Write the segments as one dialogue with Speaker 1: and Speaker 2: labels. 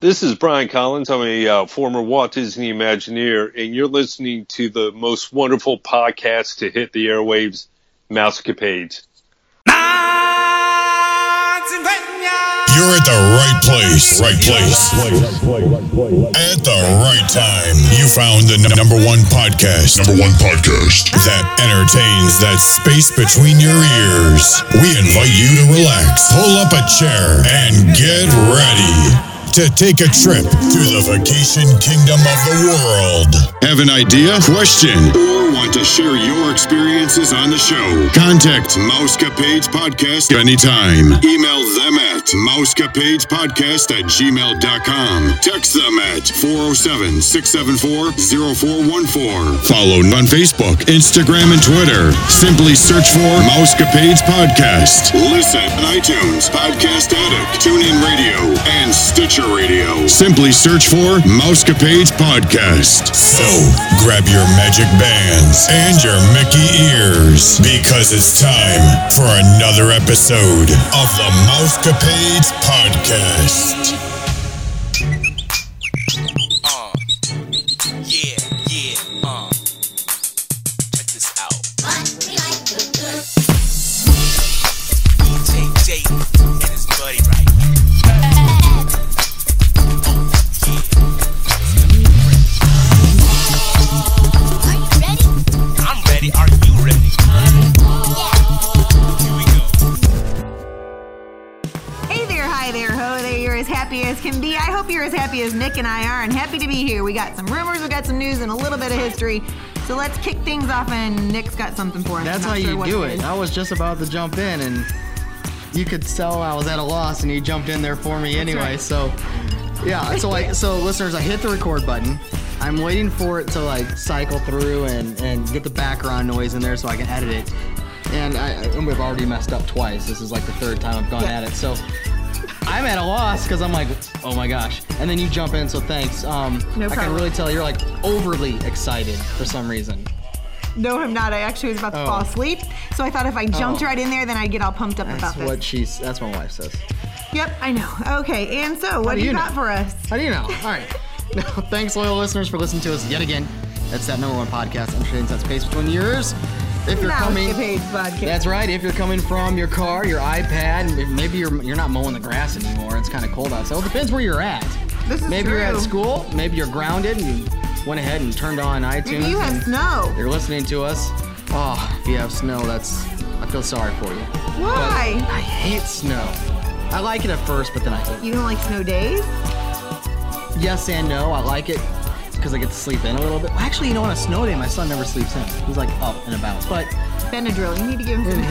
Speaker 1: This is Brian Collins. I'm a uh, former Walt Disney Imagineer, and you're listening to the most wonderful podcast to hit the airwaves, Mousecapades.
Speaker 2: You're at the right place, right place, at the right time. You found the n- number one podcast, number one podcast that entertains that space between your ears. We invite you to relax, pull up a chair, and get ready to take a trip to the vacation kingdom of the world. Have an idea, question, or want to share your experiences on the show? Contact Mousecapades Podcast anytime. Email them at mousecapadespodcast at gmail.com. Text them at 407 674 0414. Follow on Facebook, Instagram, and Twitter. Simply search for Mousecapades Podcast. Listen on iTunes, Podcast Addict, TuneIn Radio, and Stitcher Radio. Simply search for Mousecapades Podcast. So grab your magic bands and your Mickey ears because it's time for another episode of the Mousecapades Podcast.
Speaker 3: Uh, yeah, yeah, uh. Check this out. JJ and his buddy right here. I'm ready. Are you ready? Here we go.
Speaker 4: Hey there, hi there, ho there. You're as happy as can be. I hope you're as happy as Nick and I are, and happy to be here. We got some rumors, we got some news, and a little bit of history. So let's kick things off, and Nick's got something for us.
Speaker 5: That's
Speaker 4: Not
Speaker 5: how
Speaker 4: sure
Speaker 5: you
Speaker 4: what
Speaker 5: do
Speaker 4: is.
Speaker 5: it. I was just about to jump in, and you could tell I was at a loss, and you jumped in there for me anyway.
Speaker 4: right.
Speaker 5: So, yeah. So like, so listeners, I hit the record button. I'm waiting for it to like cycle through and and get the background noise in there so I can edit it. And I I- and we've already messed up twice. This is like the third time I've gone at it. So. I'm at a loss because I'm like, oh my gosh. And then you jump in, so thanks. Um,
Speaker 4: No
Speaker 5: I can
Speaker 4: problem.
Speaker 5: really tell you're like overly excited for some reason.
Speaker 4: No, I'm not. I actually was about to
Speaker 5: Oh.
Speaker 4: fall asleep. So I thought if I jumped
Speaker 5: Oh.
Speaker 4: right in there, then I'd get all pumped up
Speaker 5: That's
Speaker 4: about this.
Speaker 5: what she's. That's what my wife says.
Speaker 4: Yep, I know. Okay, and so what
Speaker 5: do
Speaker 4: do you
Speaker 5: you
Speaker 4: got
Speaker 5: know?
Speaker 4: for us?
Speaker 5: How do you know? All right. No, thanks, loyal listeners, for listening to us yet again. That's that number one podcast. I'm sure that space between yours. If you're coming,
Speaker 4: Page podcast.
Speaker 5: that's right. If you're coming from your car, your iPad, m- maybe you're you're not mowing the grass anymore. It's kind of cold outside. Well, it depends where you're at.
Speaker 4: This is
Speaker 5: maybe you're at
Speaker 4: true.
Speaker 5: school. Maybe you're grounded and you went ahead and turned on iTunes.
Speaker 4: Maybe you have
Speaker 5: and
Speaker 4: snow.
Speaker 5: You're listening to us. Oh, if you have snow, that's I feel sorry for you.
Speaker 4: Why?
Speaker 5: I hate snow. I like it at first, but then I hate it.
Speaker 4: You don't like snow days?
Speaker 5: Yes and no. I like it because I get to sleep in a little bit. Actually, you know, on a snow day, my son never sleeps in. He's like up and about. But
Speaker 4: Benadryl. You need to give him some.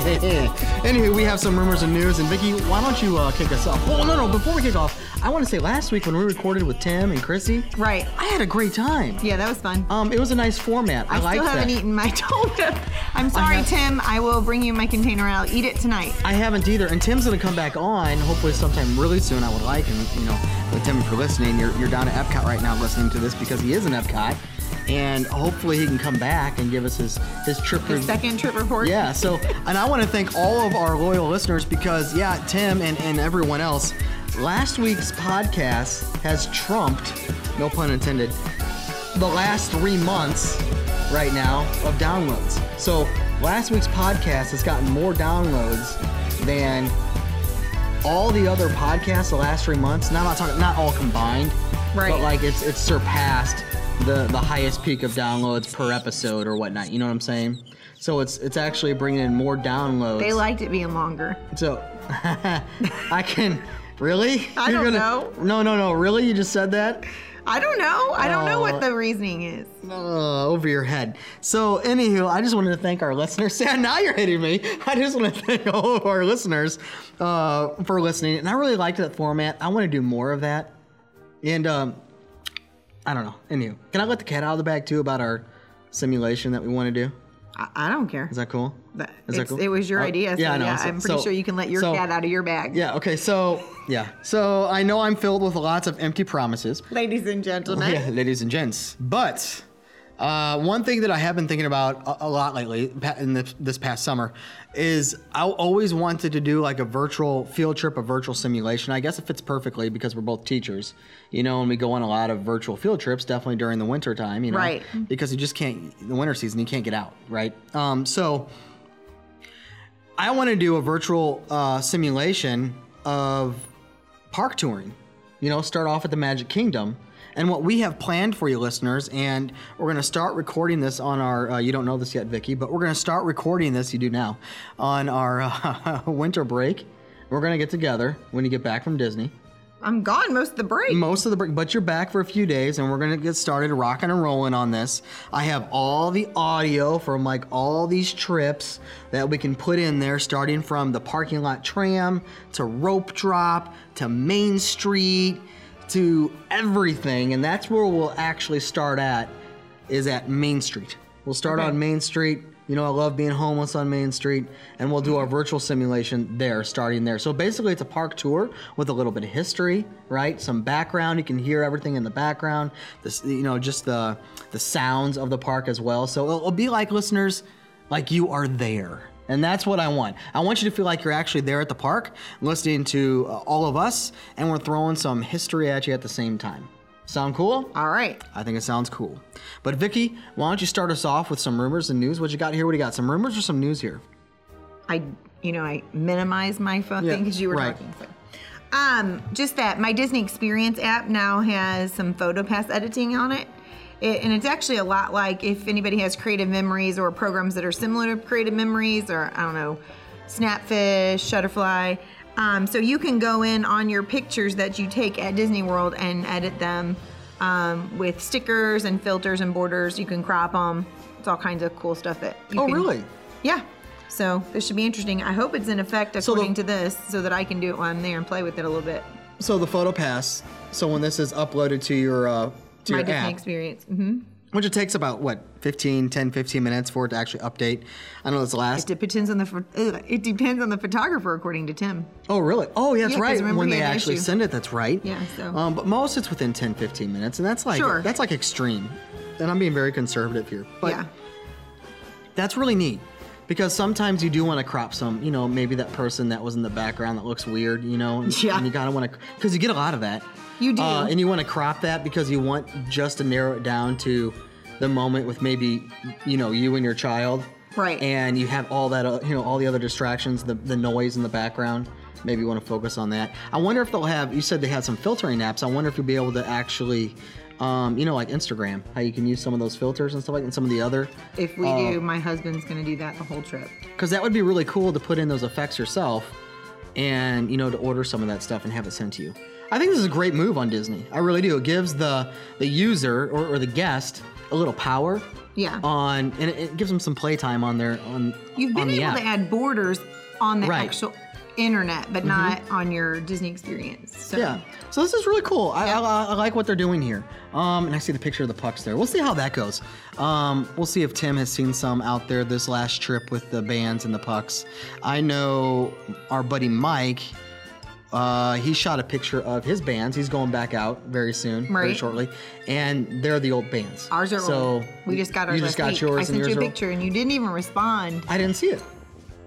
Speaker 5: anywho, we have some rumors and news. And Vicky, why don't you uh, kick us off? Oh no, no! Before we kick off, I want to say last week when we recorded with Tim and Chrissy,
Speaker 4: right.
Speaker 5: I had a great time.
Speaker 4: Yeah, that was fun.
Speaker 5: Um, it was a nice format. I,
Speaker 4: I
Speaker 5: liked
Speaker 4: still haven't
Speaker 5: that.
Speaker 4: eaten my donut. I'm sorry,
Speaker 5: have-
Speaker 4: Tim. I will bring you my container. I'll eat it tonight.
Speaker 5: I haven't either, and Tim's gonna come back on hopefully sometime really soon. I would like him, you know, with Tim for listening. You're, you're down at Epcot right now listening to this because he is in Epcot, and hopefully he can come back and give us his his trip
Speaker 4: The second trip report.
Speaker 5: yeah, so, and I want to thank all of our loyal listeners because, yeah, Tim and, and everyone else, last week's podcast has trumped, no pun intended, the last three months right now of downloads. So, last week's podcast has gotten more downloads than all the other podcasts the last three months. Now, I'm not talking, not all combined,
Speaker 4: Right.
Speaker 5: But like, it's it's surpassed the the highest peak of downloads per episode or whatnot. You know what I'm saying? So it's it's actually bringing in more downloads.
Speaker 4: They liked it being longer.
Speaker 5: so I can really?
Speaker 4: I
Speaker 5: You're
Speaker 4: don't
Speaker 5: gonna- No, no, no. Really? You just said that?
Speaker 4: I don't know. I don't know what
Speaker 5: Oh.
Speaker 4: the reasoning is.
Speaker 5: Uh, over your head. So, anywho, I just wanted to thank our listeners. Sam, now you're hitting me. I just want to thank all of our listeners uh, for listening, and I really liked that format. I want to do more of that. And um, I don't know. Anywho, can I let the cat out of the bag too about our simulation that we want to do?
Speaker 4: I, I don't care.
Speaker 5: Is that cool?
Speaker 4: That-
Speaker 5: Is
Speaker 4: it's- It was your
Speaker 5: Uh,
Speaker 4: idea. So yeah,
Speaker 5: I know. So-
Speaker 4: I'm pretty
Speaker 5: so-
Speaker 4: sure you can let your
Speaker 5: so-
Speaker 4: cat out of your bag.
Speaker 5: Yeah. Okay. So yeah. So I know I'm filled with lots of empty promises. Oh,
Speaker 4: Ladies and gentlemen.
Speaker 5: Yeah, ladies and gents. But Uh, one thing that I have been thinking about a, a lot lately, pa- in this, this past summer, is I always wanted to do like a virtual field trip, a virtual simulation. I guess it fits perfectly because we're both teachers, you know, and we go on a lot of virtual field trips, definitely during the winter time, you know,
Speaker 4: Right.
Speaker 5: Because you just can't the winter season, you can't get out, right? Um, so I want to do a virtual uh, simulation of park touring. You know, start off at the Magic Kingdom. And what we have planned for you listeners, and we're going to start recording this on our, uh, you don't know this yet, Vicky, but we're going to start recording this, you do now, on our uh, winter break. We're going to get together when you get back from Disney.
Speaker 4: I'm gone most of the break.
Speaker 5: Most of the break, but you're back for a few days, and we're gonna get started rocking and rolling on this. I have all the audio from like all these trips that we can put in there, starting from the parking lot tram to rope drop to Main Street to everything, and that's where we'll actually start at. Is at Main Street. We'll start on Main Street. You know, I love being homeless on Main Street, and we'll do our virtual simulation there, starting there. So basically, it's a park tour with a little bit of history, right? Some background. You can hear everything in the background. This, you know, just the the sounds of the park as well. So it'll, it'll be like listeners, like you are there. And that's what I want. I want you to feel like you're actually there at the park, listening to uh, all of us, and we're throwing some history at you at the same time. Sound cool?
Speaker 4: All right.
Speaker 5: I think it sounds cool. But Vicky, why don't you start us off with some rumors and news? What you got here? What do you got? Some rumors or some news here?
Speaker 4: I, you know, I minimized my phone
Speaker 5: Yeah,
Speaker 4: thing because you were
Speaker 5: right.
Speaker 4: talking. So. Um, just that my Disney Experience app now has some photo pass editing on it. it, and it's actually a lot like if anybody has Creative Memories or programs that are similar to Creative Memories or I don't know, Snapfish, Shutterfly. Um, so you can go in on your pictures that you take at Disney World and edit them um, with stickers and filters and borders. You can crop them. It's all kinds of cool stuff that. You
Speaker 5: Oh,
Speaker 4: can-
Speaker 5: really?
Speaker 4: yeah. So this should be interesting. I hope it's in effect
Speaker 5: the-
Speaker 4: according to this, so that I can do it while I'm there and play with it a little bit.
Speaker 5: So the photo pass. So when this is uploaded to your uh, to
Speaker 4: My
Speaker 5: your
Speaker 4: Disney
Speaker 5: app,
Speaker 4: experience. hmm
Speaker 5: which it takes about what 15, 10, 15 minutes for it to actually update. I know this
Speaker 4: It
Speaker 5: last.
Speaker 4: depends on the pho- ugh, it depends on the photographer, according to Tim.
Speaker 5: oh, really? Oh, yeah, that's
Speaker 4: Yeah, 'cause
Speaker 5: right.
Speaker 4: remember
Speaker 5: When
Speaker 4: he
Speaker 5: they
Speaker 4: had an
Speaker 5: actually
Speaker 4: issue.
Speaker 5: send it, that's right.
Speaker 4: Yeah, so-
Speaker 5: Um, but most it's within 10, 15 minutes, and that's like
Speaker 4: Sure.
Speaker 5: that's like extreme. And I'm being very conservative here, but
Speaker 4: yeah.
Speaker 5: that's really neat because sometimes you do want to crop some you know maybe that person that was in the background that looks weird you know and,
Speaker 4: Yeah.
Speaker 5: and you kind of want to because you get a lot of that
Speaker 4: You do.
Speaker 5: uh, and you want to crop that because you want just to narrow it down to the moment with maybe you know you and your child
Speaker 4: Right.
Speaker 5: and you have all that uh, you know all the other distractions the, the noise in the background maybe you want to focus on that i wonder if they'll have you said they had some filtering apps i wonder if you'll be able to actually um, you know like instagram how you can use some of those filters and stuff like and some of the other
Speaker 4: If we
Speaker 5: uh,
Speaker 4: do, my husband's gonna do that the whole trip.
Speaker 5: because that would be really cool to put in those effects yourself and you know to order some of that stuff and have it sent to you i think this is a great move on disney i really do it gives the the user or, or the guest a little power
Speaker 4: Yeah.
Speaker 5: on and it, it gives them some playtime on their on
Speaker 4: You've
Speaker 5: on
Speaker 4: been
Speaker 5: the
Speaker 4: able
Speaker 5: app.
Speaker 4: to add borders on the
Speaker 5: Right. Mm-hmm.
Speaker 4: actual internet, but not on your Disney experience. So.
Speaker 5: yeah so this is really cool I, I, I like what they're doing here um, and i see the picture of the pucks there we'll see how that goes um, we'll see if tim has seen some out there this last trip with the bands and the pucks i know our buddy mike Uh, he shot a picture of his bands. He's going back out very soon, very
Speaker 4: Right.
Speaker 5: shortly, and they're the old bands.
Speaker 4: Ours are
Speaker 5: so
Speaker 4: old. We just got ours.
Speaker 5: You just got
Speaker 4: last week.
Speaker 5: yours
Speaker 4: I
Speaker 5: and
Speaker 4: sent
Speaker 5: yours
Speaker 4: you a
Speaker 5: are-
Speaker 4: picture, and you didn't even respond.
Speaker 5: I didn't see it.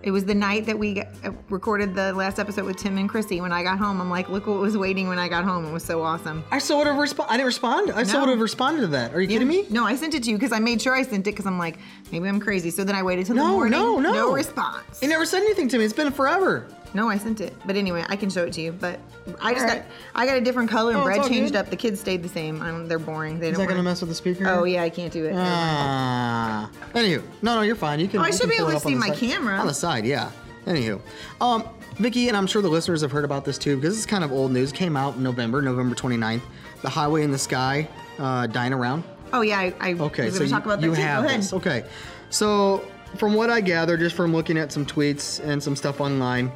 Speaker 4: It was the night that we got- uh, recorded the last episode with Tim and Chrissy. When I got home, I'm like, look what was waiting when I got home. It was so awesome.
Speaker 5: I still would have responded. I didn't respond. I still
Speaker 4: No.
Speaker 5: would have responded to that. Are you kidding me?
Speaker 4: No, I sent it to you because I made sure I sent it because I'm like, maybe I'm crazy. So then I waited till the
Speaker 5: No,
Speaker 4: morning.
Speaker 5: no, no.
Speaker 4: No response.
Speaker 5: He never said anything to me. It's been forever.
Speaker 4: no, I sent it. But anyway, I can show it to you. But I just
Speaker 5: Alright.
Speaker 4: got I got a different color and
Speaker 5: Oh, it's
Speaker 4: bread
Speaker 5: all
Speaker 4: changed
Speaker 5: good.
Speaker 4: up. The kids stayed the same. I don't, they're boring. They
Speaker 5: Is
Speaker 4: don't.
Speaker 5: that gonna
Speaker 4: wanna-
Speaker 5: mess with the speaker?
Speaker 4: Oh yeah, I can't do it.
Speaker 5: Ah. Anywho, no, no, you're fine. You can.
Speaker 4: Oh, I
Speaker 5: you
Speaker 4: should
Speaker 5: can
Speaker 4: be
Speaker 5: pull
Speaker 4: able
Speaker 5: it
Speaker 4: to
Speaker 5: up on
Speaker 4: see
Speaker 5: the
Speaker 4: my
Speaker 5: side.
Speaker 4: camera.
Speaker 5: on the side. Yeah. Anywho, um, Vicky, and I'm sure the listeners have heard about this too because it's kind of old news. Came out in November, November 29th. The Highway in the Sky, uh, dine around.
Speaker 4: oh yeah, I, I
Speaker 5: Okay,
Speaker 4: was going
Speaker 5: so
Speaker 4: to
Speaker 5: you,
Speaker 4: talk about that
Speaker 5: you
Speaker 4: too.
Speaker 5: have
Speaker 4: Go ahead.
Speaker 5: this. Okay, so from what I gather, just from looking at some tweets and some stuff online,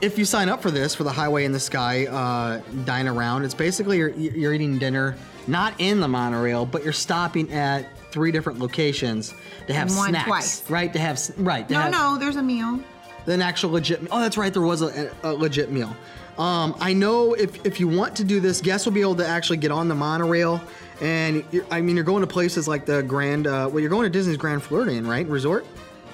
Speaker 5: if you sign up for this for the Highway in the Sky uh, dine around, it's basically you're, you're eating dinner not in the monorail, but you're stopping at three different locations to have
Speaker 4: And one
Speaker 5: snacks,
Speaker 4: twice.
Speaker 5: right? To have s- right. To
Speaker 4: No,
Speaker 5: have,
Speaker 4: no, there's a meal.
Speaker 5: an actual legit. Oh, that's right. There was a, a legit meal. Um, I know if if you want to do this, guests will be able to actually get on the monorail And you're, I mean, you're going to places like the Grand. Uh, well, you're going to Disney's Grand Floridian, right? Resort.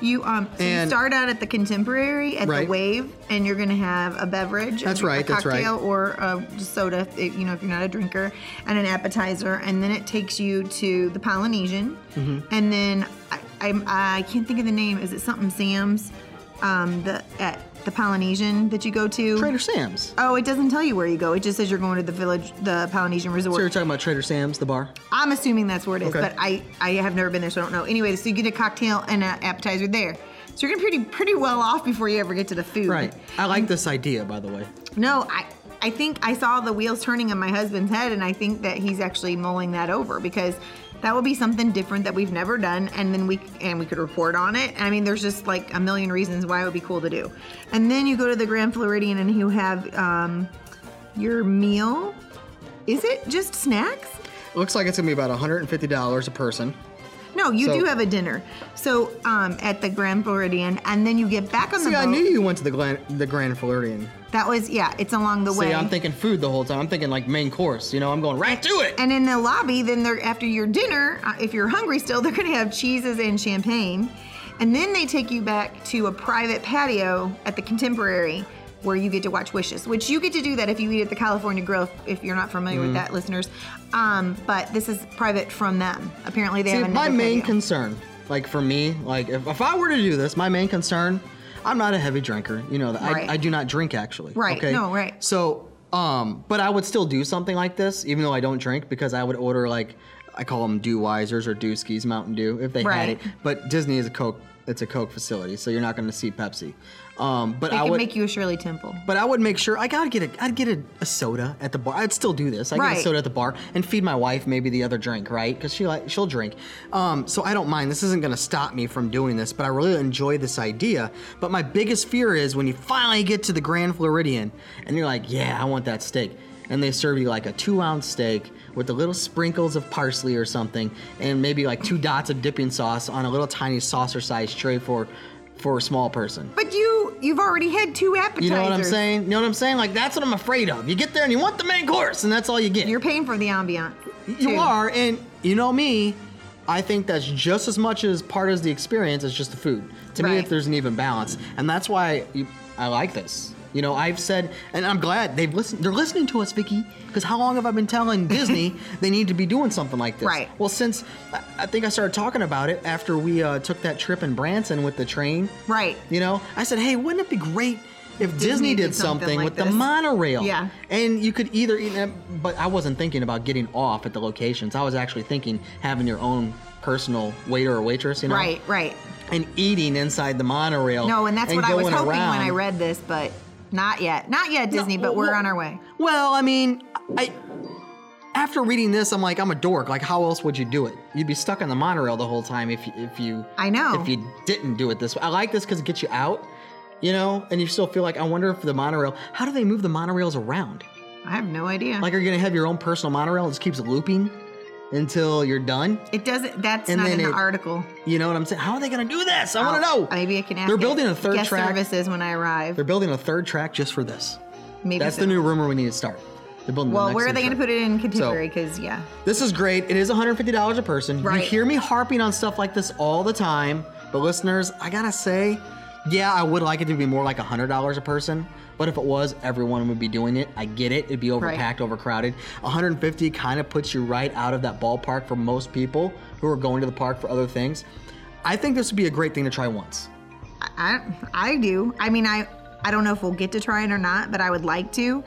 Speaker 4: You um so you
Speaker 5: And-
Speaker 4: start out at the contemporary at
Speaker 5: Right.
Speaker 4: the wave, and you're gonna have a beverage.
Speaker 5: That's
Speaker 4: a,
Speaker 5: right,
Speaker 4: A
Speaker 5: that's right.
Speaker 4: cocktail or a soda, if, you know, if you're not a drinker, and an appetizer, and then it takes you to the Polynesian,
Speaker 5: Mm-hmm.
Speaker 4: and then I, I'm I can't think of the name. Is it something Sam's? Um, the at the Polynesian that you go to.
Speaker 5: Trader Sam's.
Speaker 4: Oh, it doesn't tell you where you go. It just says you're going to the village, the Polynesian
Speaker 5: So you're
Speaker 4: resort.
Speaker 5: talking about Trader Sam's, the bar.
Speaker 4: I'm assuming that's where it is,
Speaker 5: Okay.
Speaker 4: but I, I have never been there, so I don't know. Anyway, so you get a cocktail and an appetizer there. So you're gonna pretty pretty well off before you ever get to the food.
Speaker 5: Right. I like this idea, by the way.
Speaker 4: No, I I think I saw the wheels turning in my husband's head, and I think that he's actually mulling that over because that would be something different that we've never done, and then we and we could report on it. I mean, there's just like a million reasons why it would be cool to do. And then you go to the Grand Floridian, and you have um, your meal. Is it just snacks?
Speaker 5: Looks like it's gonna be about $150 a person.
Speaker 4: No, you
Speaker 5: So-
Speaker 4: do have a dinner. So um, at the Grand Floridian, and then you get back on the
Speaker 5: See,
Speaker 4: boat.
Speaker 5: I knew you went to the Glen, the Grand Floridian.
Speaker 4: That was yeah, it's along the way.
Speaker 5: See, I'm thinking food the whole time. I'm thinking like main course. You know, I'm going right to it.
Speaker 4: And in the lobby, then they're after your dinner, uh, if you're hungry still, they're going to have cheeses and champagne. And then they take you back to a private patio at the Contemporary where you get to watch Wishes, which you get to do that if you eat at the California Grill, if- if you're not familiar
Speaker 5: Mm-hmm.
Speaker 4: with that, listeners. Um, but this is private from them. Apparently, they
Speaker 5: See,
Speaker 4: have
Speaker 5: my
Speaker 4: another
Speaker 5: main
Speaker 4: patio.
Speaker 5: concern, like for me, like if, if I were to do this, my main concern, I'm not a heavy drinker. You know, that
Speaker 4: Right.
Speaker 5: I, I do not drink actually.
Speaker 4: Right.
Speaker 5: Okay.
Speaker 4: No, right.
Speaker 5: So, um, but I would still do something like this, even though I don't drink, because I would order like I call them Dewizers or Dewskis Mountain Dew if they had
Speaker 4: Right.
Speaker 5: it. But Disney is a Coke. It's a Coke facility, so you're not going to see Pepsi. Um, but
Speaker 4: They
Speaker 5: I
Speaker 4: can
Speaker 5: would
Speaker 4: make you a Shirley Temple.
Speaker 5: But I would make sure like, I gotta get a I'd get a, a soda at the bar. I'd still do this. I would get a
Speaker 4: Right.
Speaker 5: soda at the bar and feed my wife maybe the other drink, right? Because she like she'll drink. Um, so I don't mind. This isn't gonna stop me from doing this. But I really enjoy this idea. But my biggest fear is when you finally get to the Grand Floridian and you're like, yeah, I want that steak. And they serve you like a two ounce steak with the little sprinkles of parsley or something, and maybe like two dots of dipping sauce on a little tiny saucer sized tray for for a small person.
Speaker 4: But you, you've already had two appetizers.
Speaker 5: You know what I'm saying? You know what I'm saying? Like that's what I'm afraid of. You get there and you want the main course, and that's all you get.
Speaker 4: You're paying for the ambiance.
Speaker 5: you
Speaker 4: too.
Speaker 5: are, and you know me. I think that's just as much as part of the experience as just the food. To me,
Speaker 4: Right.
Speaker 5: if there's an even balance, and that's why you, I like this. You know, I've said, and I'm glad they've listened. They're listening to us, Vicky. Because how long have I been telling Disney they need to be doing something like this?
Speaker 4: Right.
Speaker 5: Well, since I- I think I started talking about it after we uh, took that trip in Branson with the train.
Speaker 4: Right.
Speaker 5: You know, I said, hey, wouldn't it be great if Disney,
Speaker 4: Disney
Speaker 5: did,
Speaker 4: did something
Speaker 5: something
Speaker 4: like
Speaker 5: with the
Speaker 4: this.
Speaker 5: monorail?
Speaker 4: Yeah.
Speaker 5: And you could either eat them, but I wasn't thinking about getting off at the locations. I was actually thinking having your own personal waiter or waitress, you know?
Speaker 4: Right, right.
Speaker 5: And eating inside the monorail.
Speaker 4: No, and that's what I was
Speaker 5: going
Speaker 4: hoping when
Speaker 5: around.
Speaker 4: I read this, but not yet. Not yet, Disney,
Speaker 5: No,
Speaker 4: but we're
Speaker 5: well-
Speaker 4: on our way.
Speaker 5: Well, I mean, I. After reading this, I'm like, I'm a dork. Like, how else would you do it? You'd be stuck on the monorail the whole time if you, if you
Speaker 4: I know.
Speaker 5: if you didn't do it this way. I like this because it gets you out, you know, and you still feel like I wonder if the monorail. How do they move the monorails around?
Speaker 4: I have no idea.
Speaker 5: Like, are you gonna have your own personal monorail? It just keeps looping until you're done.
Speaker 4: it doesn't. That's
Speaker 5: And
Speaker 4: not
Speaker 5: then
Speaker 4: in the
Speaker 5: it-
Speaker 4: article.
Speaker 5: You know what I'm saying? How are they gonna do this? I want to
Speaker 4: I'll-
Speaker 5: know.
Speaker 4: Maybe Oh, I can ask.
Speaker 5: They're
Speaker 4: it.
Speaker 5: building a third
Speaker 4: guest
Speaker 5: track.
Speaker 4: services when I arrive.
Speaker 5: They're building a third track just for this.
Speaker 4: Maybe
Speaker 5: That's
Speaker 4: so.
Speaker 5: the new rumor we need to start. They're building. the
Speaker 4: Well,
Speaker 5: next
Speaker 4: where are
Speaker 5: new
Speaker 4: they going to
Speaker 5: track.
Speaker 4: put it in contemporary? Because yeah,
Speaker 5: This is great. It is $150 a person.
Speaker 4: Right.
Speaker 5: You hear me harping on stuff like this all the time, but listeners, I gotta say, yeah, I would like it to be more like $100 a person. But if it was, everyone would be doing it. I get it. It'd be overpacked,
Speaker 4: Right.
Speaker 5: overcrowded. 150 kind of puts you right out of that ballpark for most people who are going to the park for other things. I think this would be a great thing to try once.
Speaker 4: I, I I do. I mean, I I don't know if we'll get to try it or not, but I would like to.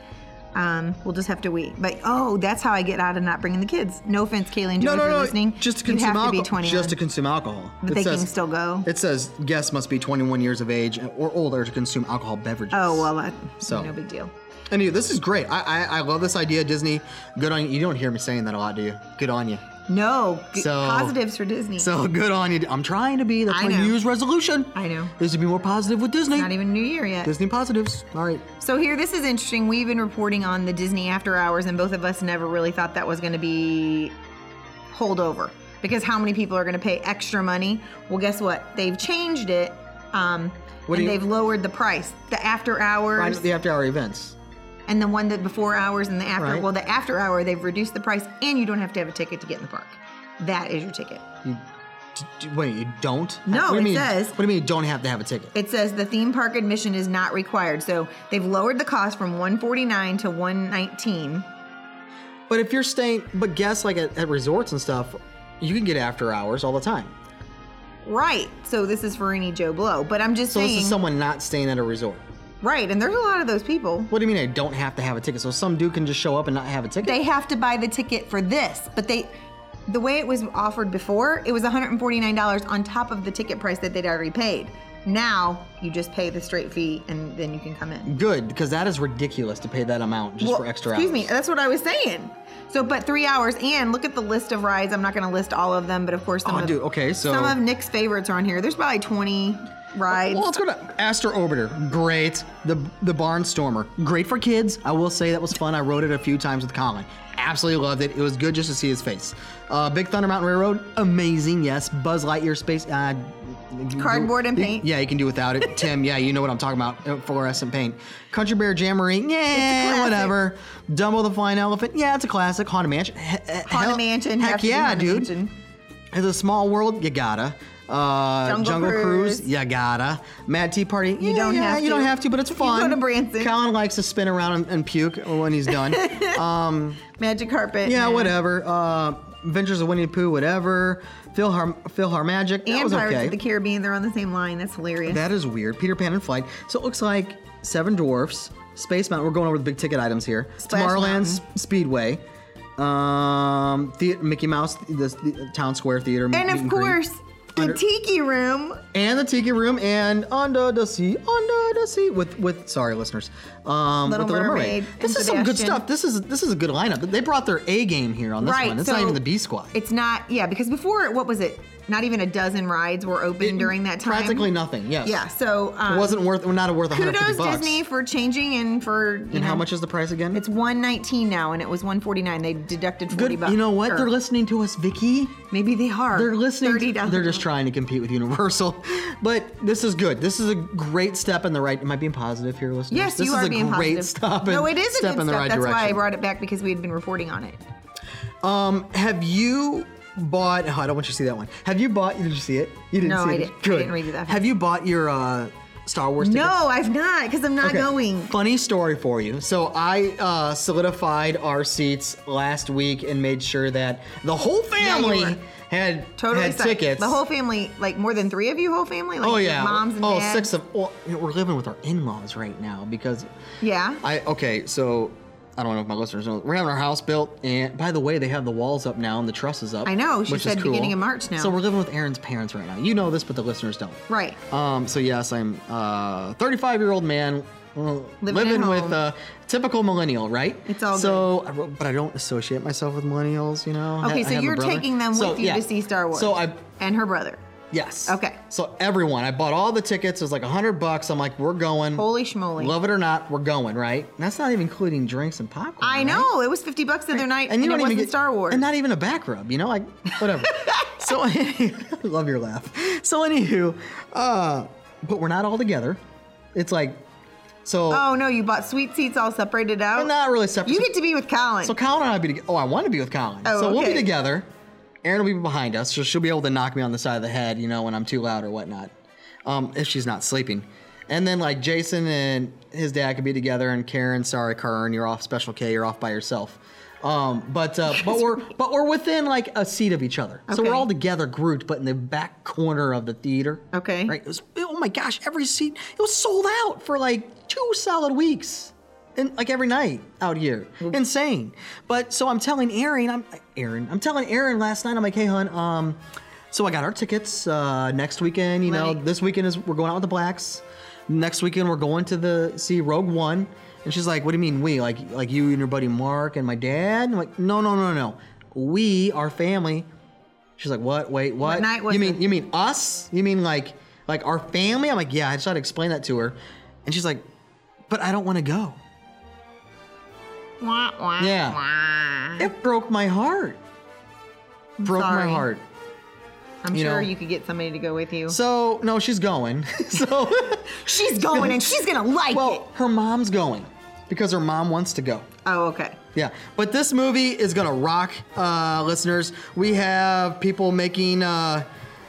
Speaker 4: Um, we'll just have to wait. But oh, that's how I get out of not bringing the kids. No offense, Kaylee and Joey, if you're listening.
Speaker 5: Just to
Speaker 4: you
Speaker 5: consume
Speaker 4: have to
Speaker 5: alcohol.
Speaker 4: be 21.
Speaker 5: Just to consume alcohol.
Speaker 4: But they can still go?
Speaker 5: It says guests must be 21 years of age or older to consume alcohol beverages.
Speaker 4: oh well, that,
Speaker 5: So.
Speaker 4: no big deal.
Speaker 5: Anyway, this is great. I, I I love this idea, Disney. Good on you. You don't hear me saying that a lot, do you? Good on you.
Speaker 4: No g-
Speaker 5: So-
Speaker 4: positives for Disney.
Speaker 5: So good on you. I'm trying to be. That's
Speaker 4: I
Speaker 5: my
Speaker 4: know.
Speaker 5: New Year's resolution.
Speaker 4: I know.
Speaker 5: Is to be more positive with Disney.
Speaker 4: Not even New Year yet.
Speaker 5: Disney positives. All right.
Speaker 4: So here, this is interesting. We've been reporting on the Disney After Hours, and both of us never really thought that was going to be hold over because how many people are going to pay extra money? Well, guess what? They've changed it, um,
Speaker 5: What do
Speaker 4: and
Speaker 5: you-
Speaker 4: they've lowered the price. The After
Speaker 5: Find
Speaker 4: Hours
Speaker 5: the after hour events.
Speaker 4: and the one that before hours and the after.
Speaker 5: Right.
Speaker 4: Well, the after hour they've reduced the price, and you don't have to have a ticket to get in the park. That is your ticket.
Speaker 5: D- d- Wait, you don't?
Speaker 4: No,
Speaker 5: what do you
Speaker 4: it
Speaker 5: mean,
Speaker 4: says-
Speaker 5: What do you mean you don't have to have a ticket?
Speaker 4: It says the theme park admission is not required, so they've lowered the cost from 149 to 119.
Speaker 5: But if you're staying, but guests like at, at resorts and stuff, you can get after hours all the time.
Speaker 4: Right. So this is for any Joe Blow, but I'm just
Speaker 5: So
Speaker 4: saying.
Speaker 5: this is someone not staying at a resort.
Speaker 4: right, and there's a lot of those people.
Speaker 5: What do you mean I don't have to have a ticket? So some dude can just show up and not have a ticket?
Speaker 4: They have to buy the ticket for this, but they. The way it was offered before, it was $149 on top of the ticket price that they'd already paid. Now you just pay the straight fee and then you can come in.
Speaker 5: Good, because that is ridiculous to pay that amount just for
Speaker 4: Well,
Speaker 5: extra
Speaker 4: excuse
Speaker 5: hours.
Speaker 4: me that's what i was saying so but three hours and look at the list of rides i'm not going to list all of them but of course some
Speaker 5: Oh,
Speaker 4: of
Speaker 5: dude, okay, so-
Speaker 4: some of nick's favorites are on here there's probably 20 rides
Speaker 5: Well, let's go to Astro Orbiter. Great. The the Barnstormer. Great for kids. I will say that was fun. I rode it a few times with Colin. Absolutely loved it. It was good just to see his face. Uh, Big Thunder Mountain Railroad. Amazing. Yes. Buzz Lightyear space. Uh,
Speaker 4: Cardboard and
Speaker 5: you-
Speaker 4: paint.
Speaker 5: Yeah, you can do without it. Tim, yeah, you know what I'm talking about. Uh, Fluorescent paint. Country Bear Jamboree. Yeah,
Speaker 4: classic.
Speaker 5: whatever. Dumbo the Flying Elephant. Yeah, it's a classic. Haunted Mansion. He- he- hell-
Speaker 4: haunted mansion
Speaker 5: Heck
Speaker 4: Have to do
Speaker 5: yeah,
Speaker 4: Haunted
Speaker 5: dude.
Speaker 4: Mansion.
Speaker 5: It's a small world. You gotta. Uh,
Speaker 4: Jungle Cruise.
Speaker 5: You gotta. Mad Tea Party. You
Speaker 4: don't have
Speaker 5: You don't
Speaker 4: to.
Speaker 5: have to, but it's
Speaker 4: You can
Speaker 5: fun.
Speaker 4: go to Branson.
Speaker 5: Colin likes to spin around and, and puke when he's done.
Speaker 4: magic carpet
Speaker 5: yeah, whatever. Uh, Adventures of Winnie the Pooh, whatever. Philhar, Philhar Magic. That
Speaker 4: and
Speaker 5: was
Speaker 4: pirates
Speaker 5: okay.
Speaker 4: of the caribbean they're on the same line that's hilarious
Speaker 5: That is weird. Peter Pan and Flight. So it looks like Seven Dwarfs, Space Mountain. We're going over the big ticket items here.
Speaker 4: Splash
Speaker 5: Tomorrowland S- Speedway. Um, the, Mickey Mouse, the, the Town Square Theater. meet-
Speaker 4: and
Speaker 5: meet
Speaker 4: of
Speaker 5: greet.
Speaker 4: course the
Speaker 5: Under-
Speaker 4: tiki room
Speaker 5: and the tiki room and under the sea under the sea with with sorry listeners um
Speaker 4: Little
Speaker 5: with the little mermaid,
Speaker 4: Mermaid and
Speaker 5: this is some good
Speaker 4: Sebastian.
Speaker 5: stuff this is this is a good lineup they brought their a game here on this
Speaker 4: right
Speaker 5: one it's
Speaker 4: so
Speaker 5: not even the b squad
Speaker 4: it's not yeah because before what was it not even a dozen rides were open during that time
Speaker 5: practically nothing yes
Speaker 4: yeah so um,
Speaker 5: it wasn't worth not worth 150
Speaker 4: kudos
Speaker 5: bucks
Speaker 4: Disney for changing and for you
Speaker 5: and
Speaker 4: know,
Speaker 5: how much is the price again
Speaker 4: it's one nineteen now, and it was one forty nine. They deducted forty
Speaker 5: good
Speaker 4: bucks.
Speaker 5: you know what
Speaker 4: Sure.
Speaker 5: they're listening to us vicky
Speaker 4: Maybe they are.
Speaker 5: They're listening. to-
Speaker 4: $30.
Speaker 5: they're just trying to compete with Universal, but this is good. This is a great step in the right. Am I being positive here, listeners?
Speaker 4: Yes,
Speaker 5: this
Speaker 4: you
Speaker 5: is
Speaker 4: are
Speaker 5: a
Speaker 4: being
Speaker 5: great
Speaker 4: positive.
Speaker 5: step. in-
Speaker 4: no, it is a
Speaker 5: step
Speaker 4: good
Speaker 5: in the
Speaker 4: step.
Speaker 5: right
Speaker 4: That's
Speaker 5: direction.
Speaker 4: why I brought it back because we had been reporting on it.
Speaker 5: Have you bought? Oh, I don't want you to see that one. Have you bought? Did you see it? You didn't
Speaker 4: No,
Speaker 5: see
Speaker 4: I
Speaker 5: it.
Speaker 4: didn't. I didn't read it that fast.
Speaker 5: Have you bought your uh, Star Wars? tickets?
Speaker 4: No, I've not because I'm not
Speaker 5: Okay.
Speaker 4: going.
Speaker 5: Funny story for you. So I uh, solidified our seats last week and made sure that the whole
Speaker 4: you
Speaker 5: family
Speaker 4: were.
Speaker 5: had
Speaker 4: Totally
Speaker 5: had
Speaker 4: psyched.
Speaker 5: tickets.
Speaker 4: The whole family, like more than three of you, whole family. Like
Speaker 5: Oh yeah,
Speaker 4: moms and
Speaker 5: oh
Speaker 4: dads.
Speaker 5: six of. Well, you know, we're living with our in-laws right now because
Speaker 4: Yeah.
Speaker 5: I okay, so I don't know if my listeners know. We're having our house built, and by the way, they have the walls up now and the trusses up.
Speaker 4: I know, she said beginning of March now.
Speaker 5: So we're living with Aaron's parents right now. You know this, but the listeners don't.
Speaker 4: Right.
Speaker 5: Um. So yes, I'm a 35 year old man. uh,
Speaker 4: Living
Speaker 5: Living,
Speaker 4: at
Speaker 5: with
Speaker 4: home.
Speaker 5: a typical millennial, right?
Speaker 4: It's all
Speaker 5: so, I wrote- but I don't associate myself with millennials, you know.
Speaker 4: Okay,
Speaker 5: I- I
Speaker 4: so
Speaker 5: have a
Speaker 4: you're
Speaker 5: brother.
Speaker 4: taking them with
Speaker 5: So,
Speaker 4: you
Speaker 5: yeah.
Speaker 4: to see Star Wars.
Speaker 5: So I
Speaker 4: and her brother.
Speaker 5: Yes.
Speaker 4: Okay.
Speaker 5: So everyone, I bought all the tickets. It was like a hundred bucks. I'm like, we're going.
Speaker 4: Holy schmoly.
Speaker 5: Love it or not, we're going, right? And that's not even including drinks and popcorn.
Speaker 4: I
Speaker 5: right?
Speaker 4: know it was fifty bucks the other night, and,
Speaker 5: you
Speaker 4: it
Speaker 5: don't even
Speaker 4: wasn't
Speaker 5: get-
Speaker 4: Star Wars.
Speaker 5: and not even a back rub. You know, like whatever. so, love your laugh. So, anywho, uh, but we're not all together. It's like, so
Speaker 4: oh no, you bought sweet seats all separated out.
Speaker 5: not really separate.
Speaker 4: You get to be with Colin.
Speaker 5: So Colin and I be together. Oh, I want to be with Colin.
Speaker 4: Oh,
Speaker 5: so we'll be
Speaker 4: okay.
Speaker 5: together. Erin will be behind us, so she'll be able to knock me on the side of the head, you know, when I'm too loud or whatnot, um, if she's not sleeping. And then like Jason and his dad could be together, and Karen, sorry, Karen, you're off. Special K, you're off by yourself. Um, but uh, but we're but we're within like a seat of each other, so
Speaker 4: Okay.
Speaker 5: we're all together grouped, but in the back corner of the theater.
Speaker 4: Okay.
Speaker 5: Right. It was oh my gosh, every seat it was sold out for like two solid weeks. And like every night out here. Insane. But so I'm telling Aaron, I'm Aaron, I'm telling Aaron last night, I'm like, hey hon, um, so I got our tickets uh next weekend, you know,
Speaker 4: Right.
Speaker 5: this weekend is we're going out with the blacks. Next weekend we're going to the see Rogue One. And she's like, What do you mean we? Like like you and your buddy Mark and my dad? And I'm like, no, no, no, no. We, our family. She's like, What? Wait, what?
Speaker 4: What night was
Speaker 5: you mean
Speaker 4: it?
Speaker 5: you mean us? You mean like like our family? I'm like, yeah. I just tried to explain that to her, and she's like, but I don't want to go.
Speaker 4: Wah, wah,
Speaker 5: Yeah.
Speaker 4: wah.
Speaker 5: It broke my heart. Broke
Speaker 4: sorry.
Speaker 5: my heart.
Speaker 4: I'm
Speaker 5: you
Speaker 4: sure
Speaker 5: know.
Speaker 4: you could get somebody to go with you.
Speaker 5: So no, she's going. so
Speaker 4: she's going and she's gonna like
Speaker 5: well, her mom's going. because her mom wants to go.
Speaker 4: Oh, okay.
Speaker 5: Yeah, but this movie is gonna rock, uh, listeners. We have people making uh,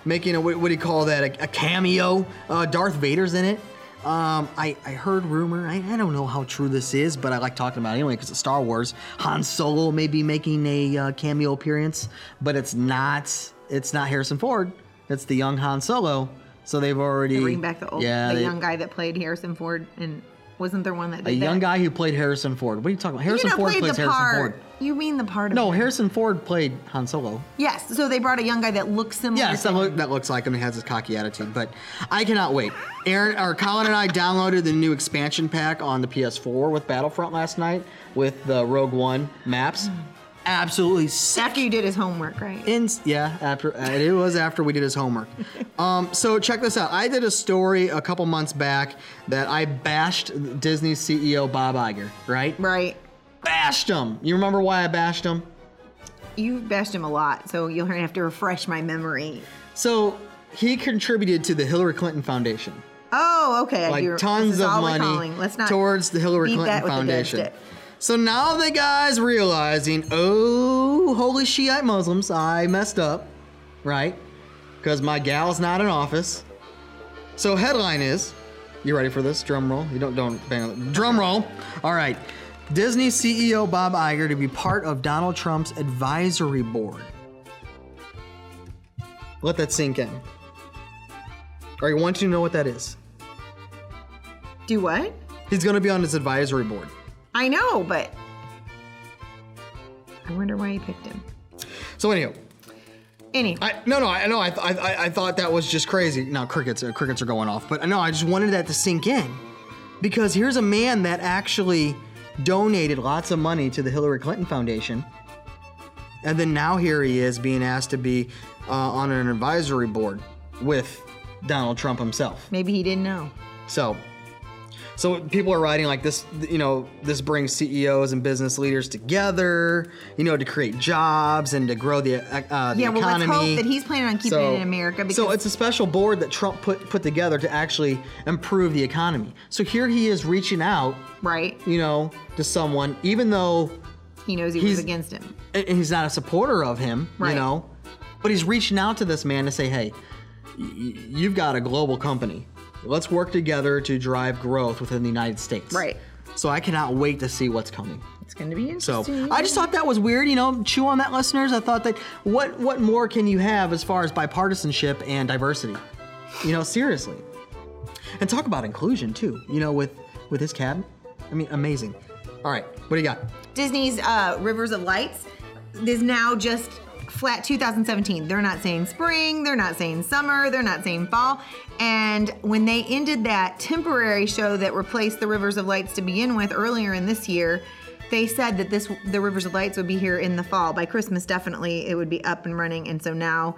Speaker 5: making a what, what do you call that? A, a cameo. Uh, Darth Vader's in it. Um, I, I heard rumor. I, I don't know how true this is, but I like talking about it anyway because it's Star Wars. Han Solo may be making a uh, cameo appearance, but it's not. It's not Harrison Ford. It's the young Han Solo. So they've already
Speaker 4: Bring back the old,
Speaker 5: yeah,
Speaker 4: the
Speaker 5: they-
Speaker 4: young guy that played Harrison Ford, and wasn't there one that did
Speaker 5: a
Speaker 4: that?
Speaker 5: young guy who played Harrison Ford. What are you talking about?
Speaker 4: You
Speaker 5: Harrison
Speaker 4: know,
Speaker 5: Ford
Speaker 4: played
Speaker 5: plays
Speaker 4: the
Speaker 5: Harrison
Speaker 4: part. Oh,
Speaker 5: Ford.
Speaker 4: You mean the part of
Speaker 5: No,
Speaker 4: it.
Speaker 5: Harrison Ford played Han Solo.
Speaker 4: Yes, so they brought a young guy that looks similar.
Speaker 5: Yeah,
Speaker 4: to
Speaker 5: someone that looks like him and has his cocky attitude. But I cannot wait. Aaron or Colin and I downloaded the new expansion pack on the PS4 with Battlefront last night with the Rogue One maps. Absolutely sick.
Speaker 4: after you did his homework, right?
Speaker 5: Ins- yeah, after uh, it was after we did his homework. Um, so check this out. I did a story a couple months back that I bashed Disney CEO Bob Iger. Right?
Speaker 4: right.
Speaker 5: Bashed him. You remember why I bashed him?
Speaker 4: You bashed him a lot, so you'll have to refresh my memory.
Speaker 5: So he contributed to the Hillary Clinton Foundation.
Speaker 4: Oh, okay. I
Speaker 5: like
Speaker 4: do- this
Speaker 5: tons
Speaker 4: is
Speaker 5: of
Speaker 4: all
Speaker 5: money
Speaker 4: Recalling. Let's not
Speaker 5: towards the Hillary
Speaker 4: beat
Speaker 5: Clinton
Speaker 4: that with a dead
Speaker 5: Foundation.
Speaker 4: stick.
Speaker 5: So now the guy's realizing, oh, holy Shiite Muslims, I messed up, right? Because my gal's not in office. So headline is, you ready for this? Drum roll. You don't don't bang on the- drum roll. All right, Disney CEO Bob Iger to be part of Donald Trump's advisory board. Let that sink in. All right, want you to know what that is?
Speaker 4: Do what?
Speaker 5: He's going to be on his advisory board.
Speaker 4: I know, but I wonder why he picked him.
Speaker 5: So anyhow,
Speaker 4: Anyway,
Speaker 5: I no no I know I, I I- I thought that was just crazy. Now crickets uh, crickets are going off, but no, I just wanted that to sink in because here's a man that actually donated lots of money to the Hillary Clinton Foundation, and then now here he is being asked to be uh, on an advisory board with Donald Trump himself.
Speaker 4: maybe he didn't know.
Speaker 5: So, so people are writing like this, you know, this brings CEOs and business leaders together, you know, to create jobs and to grow the, uh, the
Speaker 4: Yeah, well, let's
Speaker 5: economy.
Speaker 4: hope that he's planning on keeping
Speaker 5: So-
Speaker 4: it in America because
Speaker 5: so it's a special board that Trump put put together to actually improve the economy. So here he is reaching out,
Speaker 4: right,
Speaker 5: you know, to someone, even though
Speaker 4: he knows he
Speaker 5: he's-
Speaker 4: was against him.
Speaker 5: and and he's not a supporter of him,
Speaker 4: Right.
Speaker 5: you know, but he's reaching out to this man to say, hey, y- you've got a global company. Let's work together to drive growth within the United States.
Speaker 4: Right.
Speaker 5: So I cannot wait to see what's coming.
Speaker 4: It's going to be
Speaker 5: So
Speaker 4: interesting.
Speaker 5: I just thought that was weird, you know. Chew on that, listeners. I thought that what what more can you have as far as bipartisanship and diversity? You know, seriously. And talk about inclusion too. You know, with with his cabinet. I mean, amazing. All right, what do you got?
Speaker 4: Disney's uh, Rivers of Lights is now just flat 2017. They're not saying spring, they're not saying summer, they're not saying fall. And when they ended that temporary show that replaced the Rivers of Lights to begin with earlier in this year, they said that this the Rivers of Lights would be here in the fall. By Christmas definitely it would be up and running and so now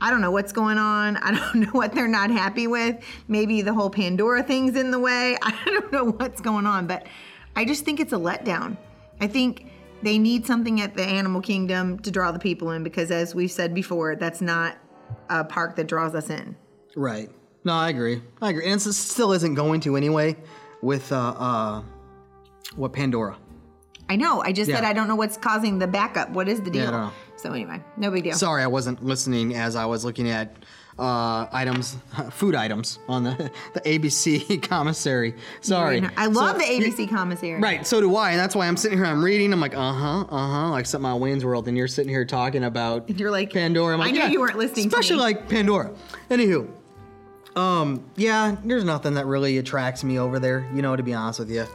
Speaker 4: I don't know what's going on. I don't know what they're not happy with. Maybe the whole Pandora thing's in the way. I don't know what's going on, but I just think it's a letdown. I think they need something at the animal kingdom to draw the people in because, as we've said before, that's not a park that draws us in.
Speaker 5: Right. No, I agree. I agree. And it still isn't going to anyway with uh, uh what Pandora.
Speaker 4: I know. I just said
Speaker 5: Yeah.
Speaker 4: I don't know what's causing the backup. What is the deal?
Speaker 5: I don't know.
Speaker 4: So anyway, no big deal.
Speaker 5: Sorry, I wasn't listening as I was looking at uh items food items on the the ABC commissary. Sorry.
Speaker 4: I love
Speaker 5: So-
Speaker 4: the ABC commissary.
Speaker 5: Right, so do I, and that's why I'm sitting here. I'm reading. I'm like, uh huh, uh huh, like something on Wayne's World, and you're sitting here talking about
Speaker 4: You're like,
Speaker 5: Pandora. I'm like,
Speaker 4: I knew
Speaker 5: yeah,
Speaker 4: you weren't listening to
Speaker 5: especially
Speaker 4: me.
Speaker 5: like Pandora. Anywho, um, yeah, there's nothing that really attracts me over there, you know, to be honest with you.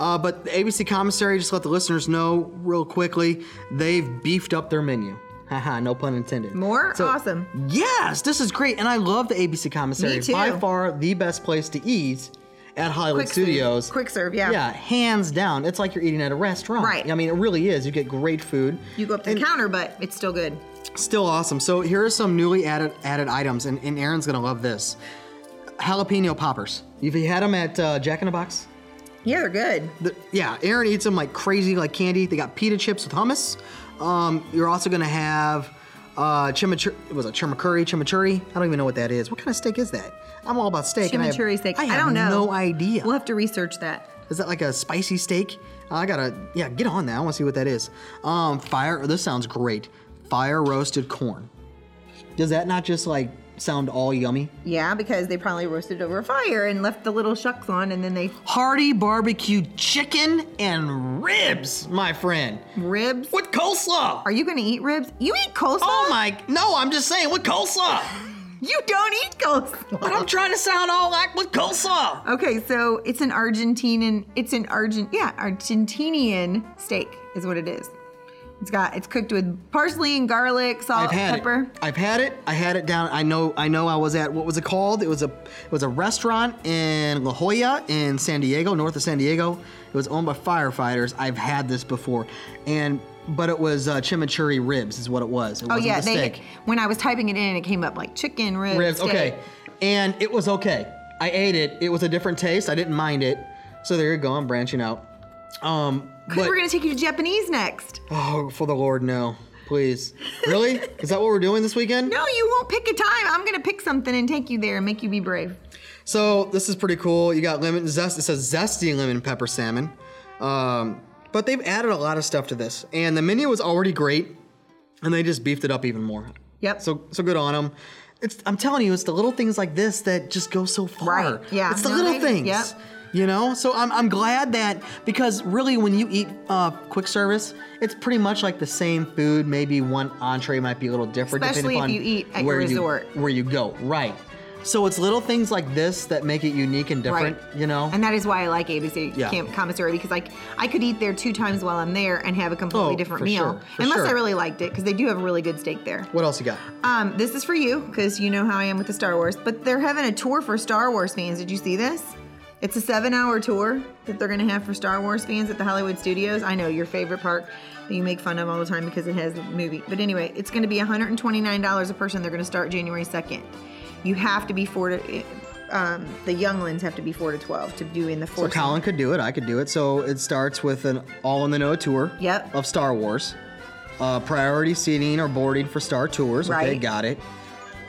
Speaker 5: Uh, but the ABC commissary, just let the listeners know real quickly, they've beefed up their menu. Haha, no pun intended.
Speaker 4: More
Speaker 5: So-
Speaker 4: awesome.
Speaker 5: Yes, this is great, and I love the ABC commissary.
Speaker 4: Me too.
Speaker 5: By far the best place to eat at Hollywood
Speaker 4: Quick serve.
Speaker 5: Studios.
Speaker 4: Quick serve, yeah.
Speaker 5: Yeah, hands down. It's like you're eating at a restaurant.
Speaker 4: Right.
Speaker 5: I mean, it really is. You get great food.
Speaker 4: You go up to the counter, but it's still good.
Speaker 5: Still awesome. So here are some newly added added items, and, and Aaron's gonna love this. Jalapeno poppers. If you had them at uh, Jack in the Box,
Speaker 4: Yeah, they're good.
Speaker 5: the- yeah, Aaron eats them like crazy, like candy. They got pita chips with hummus. Um, you're also gonna have uh, chimichurri. It was a chimichurri, chimichurri. I don't even know what that is. What kind of steak is that? I'm all about steak. and I have-
Speaker 4: Chimichurri steak.
Speaker 5: I,
Speaker 4: I,
Speaker 5: have
Speaker 4: don't know.
Speaker 5: No idea.
Speaker 4: We'll have to research that.
Speaker 5: Is that like a spicy steak? Oh, I gotta, yeah, get on that. I wanna see what that is. Um, fire, this sounds great. Fire roasted corn. Does that not just like sound all yummy?
Speaker 4: Yeah, because they probably roasted over a fire and left the little shucks on, and then they
Speaker 5: Hearty barbecue chicken and ribs, my friend.
Speaker 4: ribs.
Speaker 5: With coleslaw.
Speaker 4: Are you gonna eat ribs? You eat coleslaw?
Speaker 5: oh my, no, I'm just saying, with coleslaw.
Speaker 4: You don't eat coleslaw.
Speaker 5: But I'm trying to sound all like with coleslaw.
Speaker 4: Okay, so it's an Argentinian. It's an Argent. Yeah, Argentinian steak is what it is. It's got. It's cooked with parsley and garlic, salt,
Speaker 5: I've had
Speaker 4: Oh, pepper.
Speaker 5: it. I've had it. I had it down. I know. I know. I was at what was it called? It was a it was a restaurant in La Jolla in San Diego, north of San Diego. It was owned by firefighters. I've had this before, and but it was uh, chimichurri ribs is what it was. It
Speaker 4: Oh
Speaker 5: wasn't
Speaker 4: yeah,
Speaker 5: the
Speaker 4: they.
Speaker 5: steak.
Speaker 4: When I was typing it in, it came up like chicken ribs.
Speaker 5: ribs.
Speaker 4: steak.
Speaker 5: Okay, and it was okay. I ate it. It was a different taste. I didn't mind it. So there you go. I'm branching out. Um, but
Speaker 4: We're gonna take you to Japanese next.
Speaker 5: oh, for the Lord, no, please. Really? is that what we're doing this weekend?
Speaker 4: No, you won't pick a time. I'm gonna pick something and take you there and make you be brave.
Speaker 5: So this is pretty cool. You got lemon zest. It says zesty lemon pepper salmon, um, but they've added a lot of stuff to this. And the menu was already great, and they just beefed it up even more.
Speaker 4: Yep.
Speaker 5: So so good on them. It's I'm telling you, it's the little things like this that just go so far.
Speaker 4: Right, yeah.
Speaker 5: It's the
Speaker 4: No,
Speaker 5: little
Speaker 4: they-
Speaker 5: things.
Speaker 4: yep.
Speaker 5: You know, so I'm, I'm glad that because really when you eat uh, quick service, it's pretty much like the same food. Maybe one entree might be a little different,
Speaker 4: Especially
Speaker 5: depending
Speaker 4: if
Speaker 5: upon
Speaker 4: you eat at your
Speaker 5: where
Speaker 4: resort.
Speaker 5: where you go. Right. So it's little things like this that make it unique and different,
Speaker 4: Right.
Speaker 5: you know?
Speaker 4: And that is why I like ABC
Speaker 5: Yeah.
Speaker 4: Camp Commissary because like I could eat there two times while I'm there and have a completely
Speaker 5: Oh,
Speaker 4: different
Speaker 5: for
Speaker 4: meal.
Speaker 5: sure, for
Speaker 4: Unless I
Speaker 5: sure.
Speaker 4: really liked it because they do have a really good steak there.
Speaker 5: what else you got?
Speaker 4: Um, this is for you because you know how I am with the Star Wars. But they're having a tour for Star Wars fans. Did you see this? It's a seven-hour tour that they're gonna have for Star Wars fans at the Hollywood Studios. I know your favorite park that you make fun of all the time because it has the movie. But anyway, it's gonna be $129 a person. They're gonna start January 2nd. You have to be four to. Um, the younglings have to be four to 12 to do in the
Speaker 5: So
Speaker 4: four.
Speaker 5: Colin could do it, I could do it. So it starts with an all in the know tour
Speaker 4: Yep.
Speaker 5: of Star Wars. Uh, priority seating or boarding for Star Tours. Okay,
Speaker 4: Right.
Speaker 5: got it.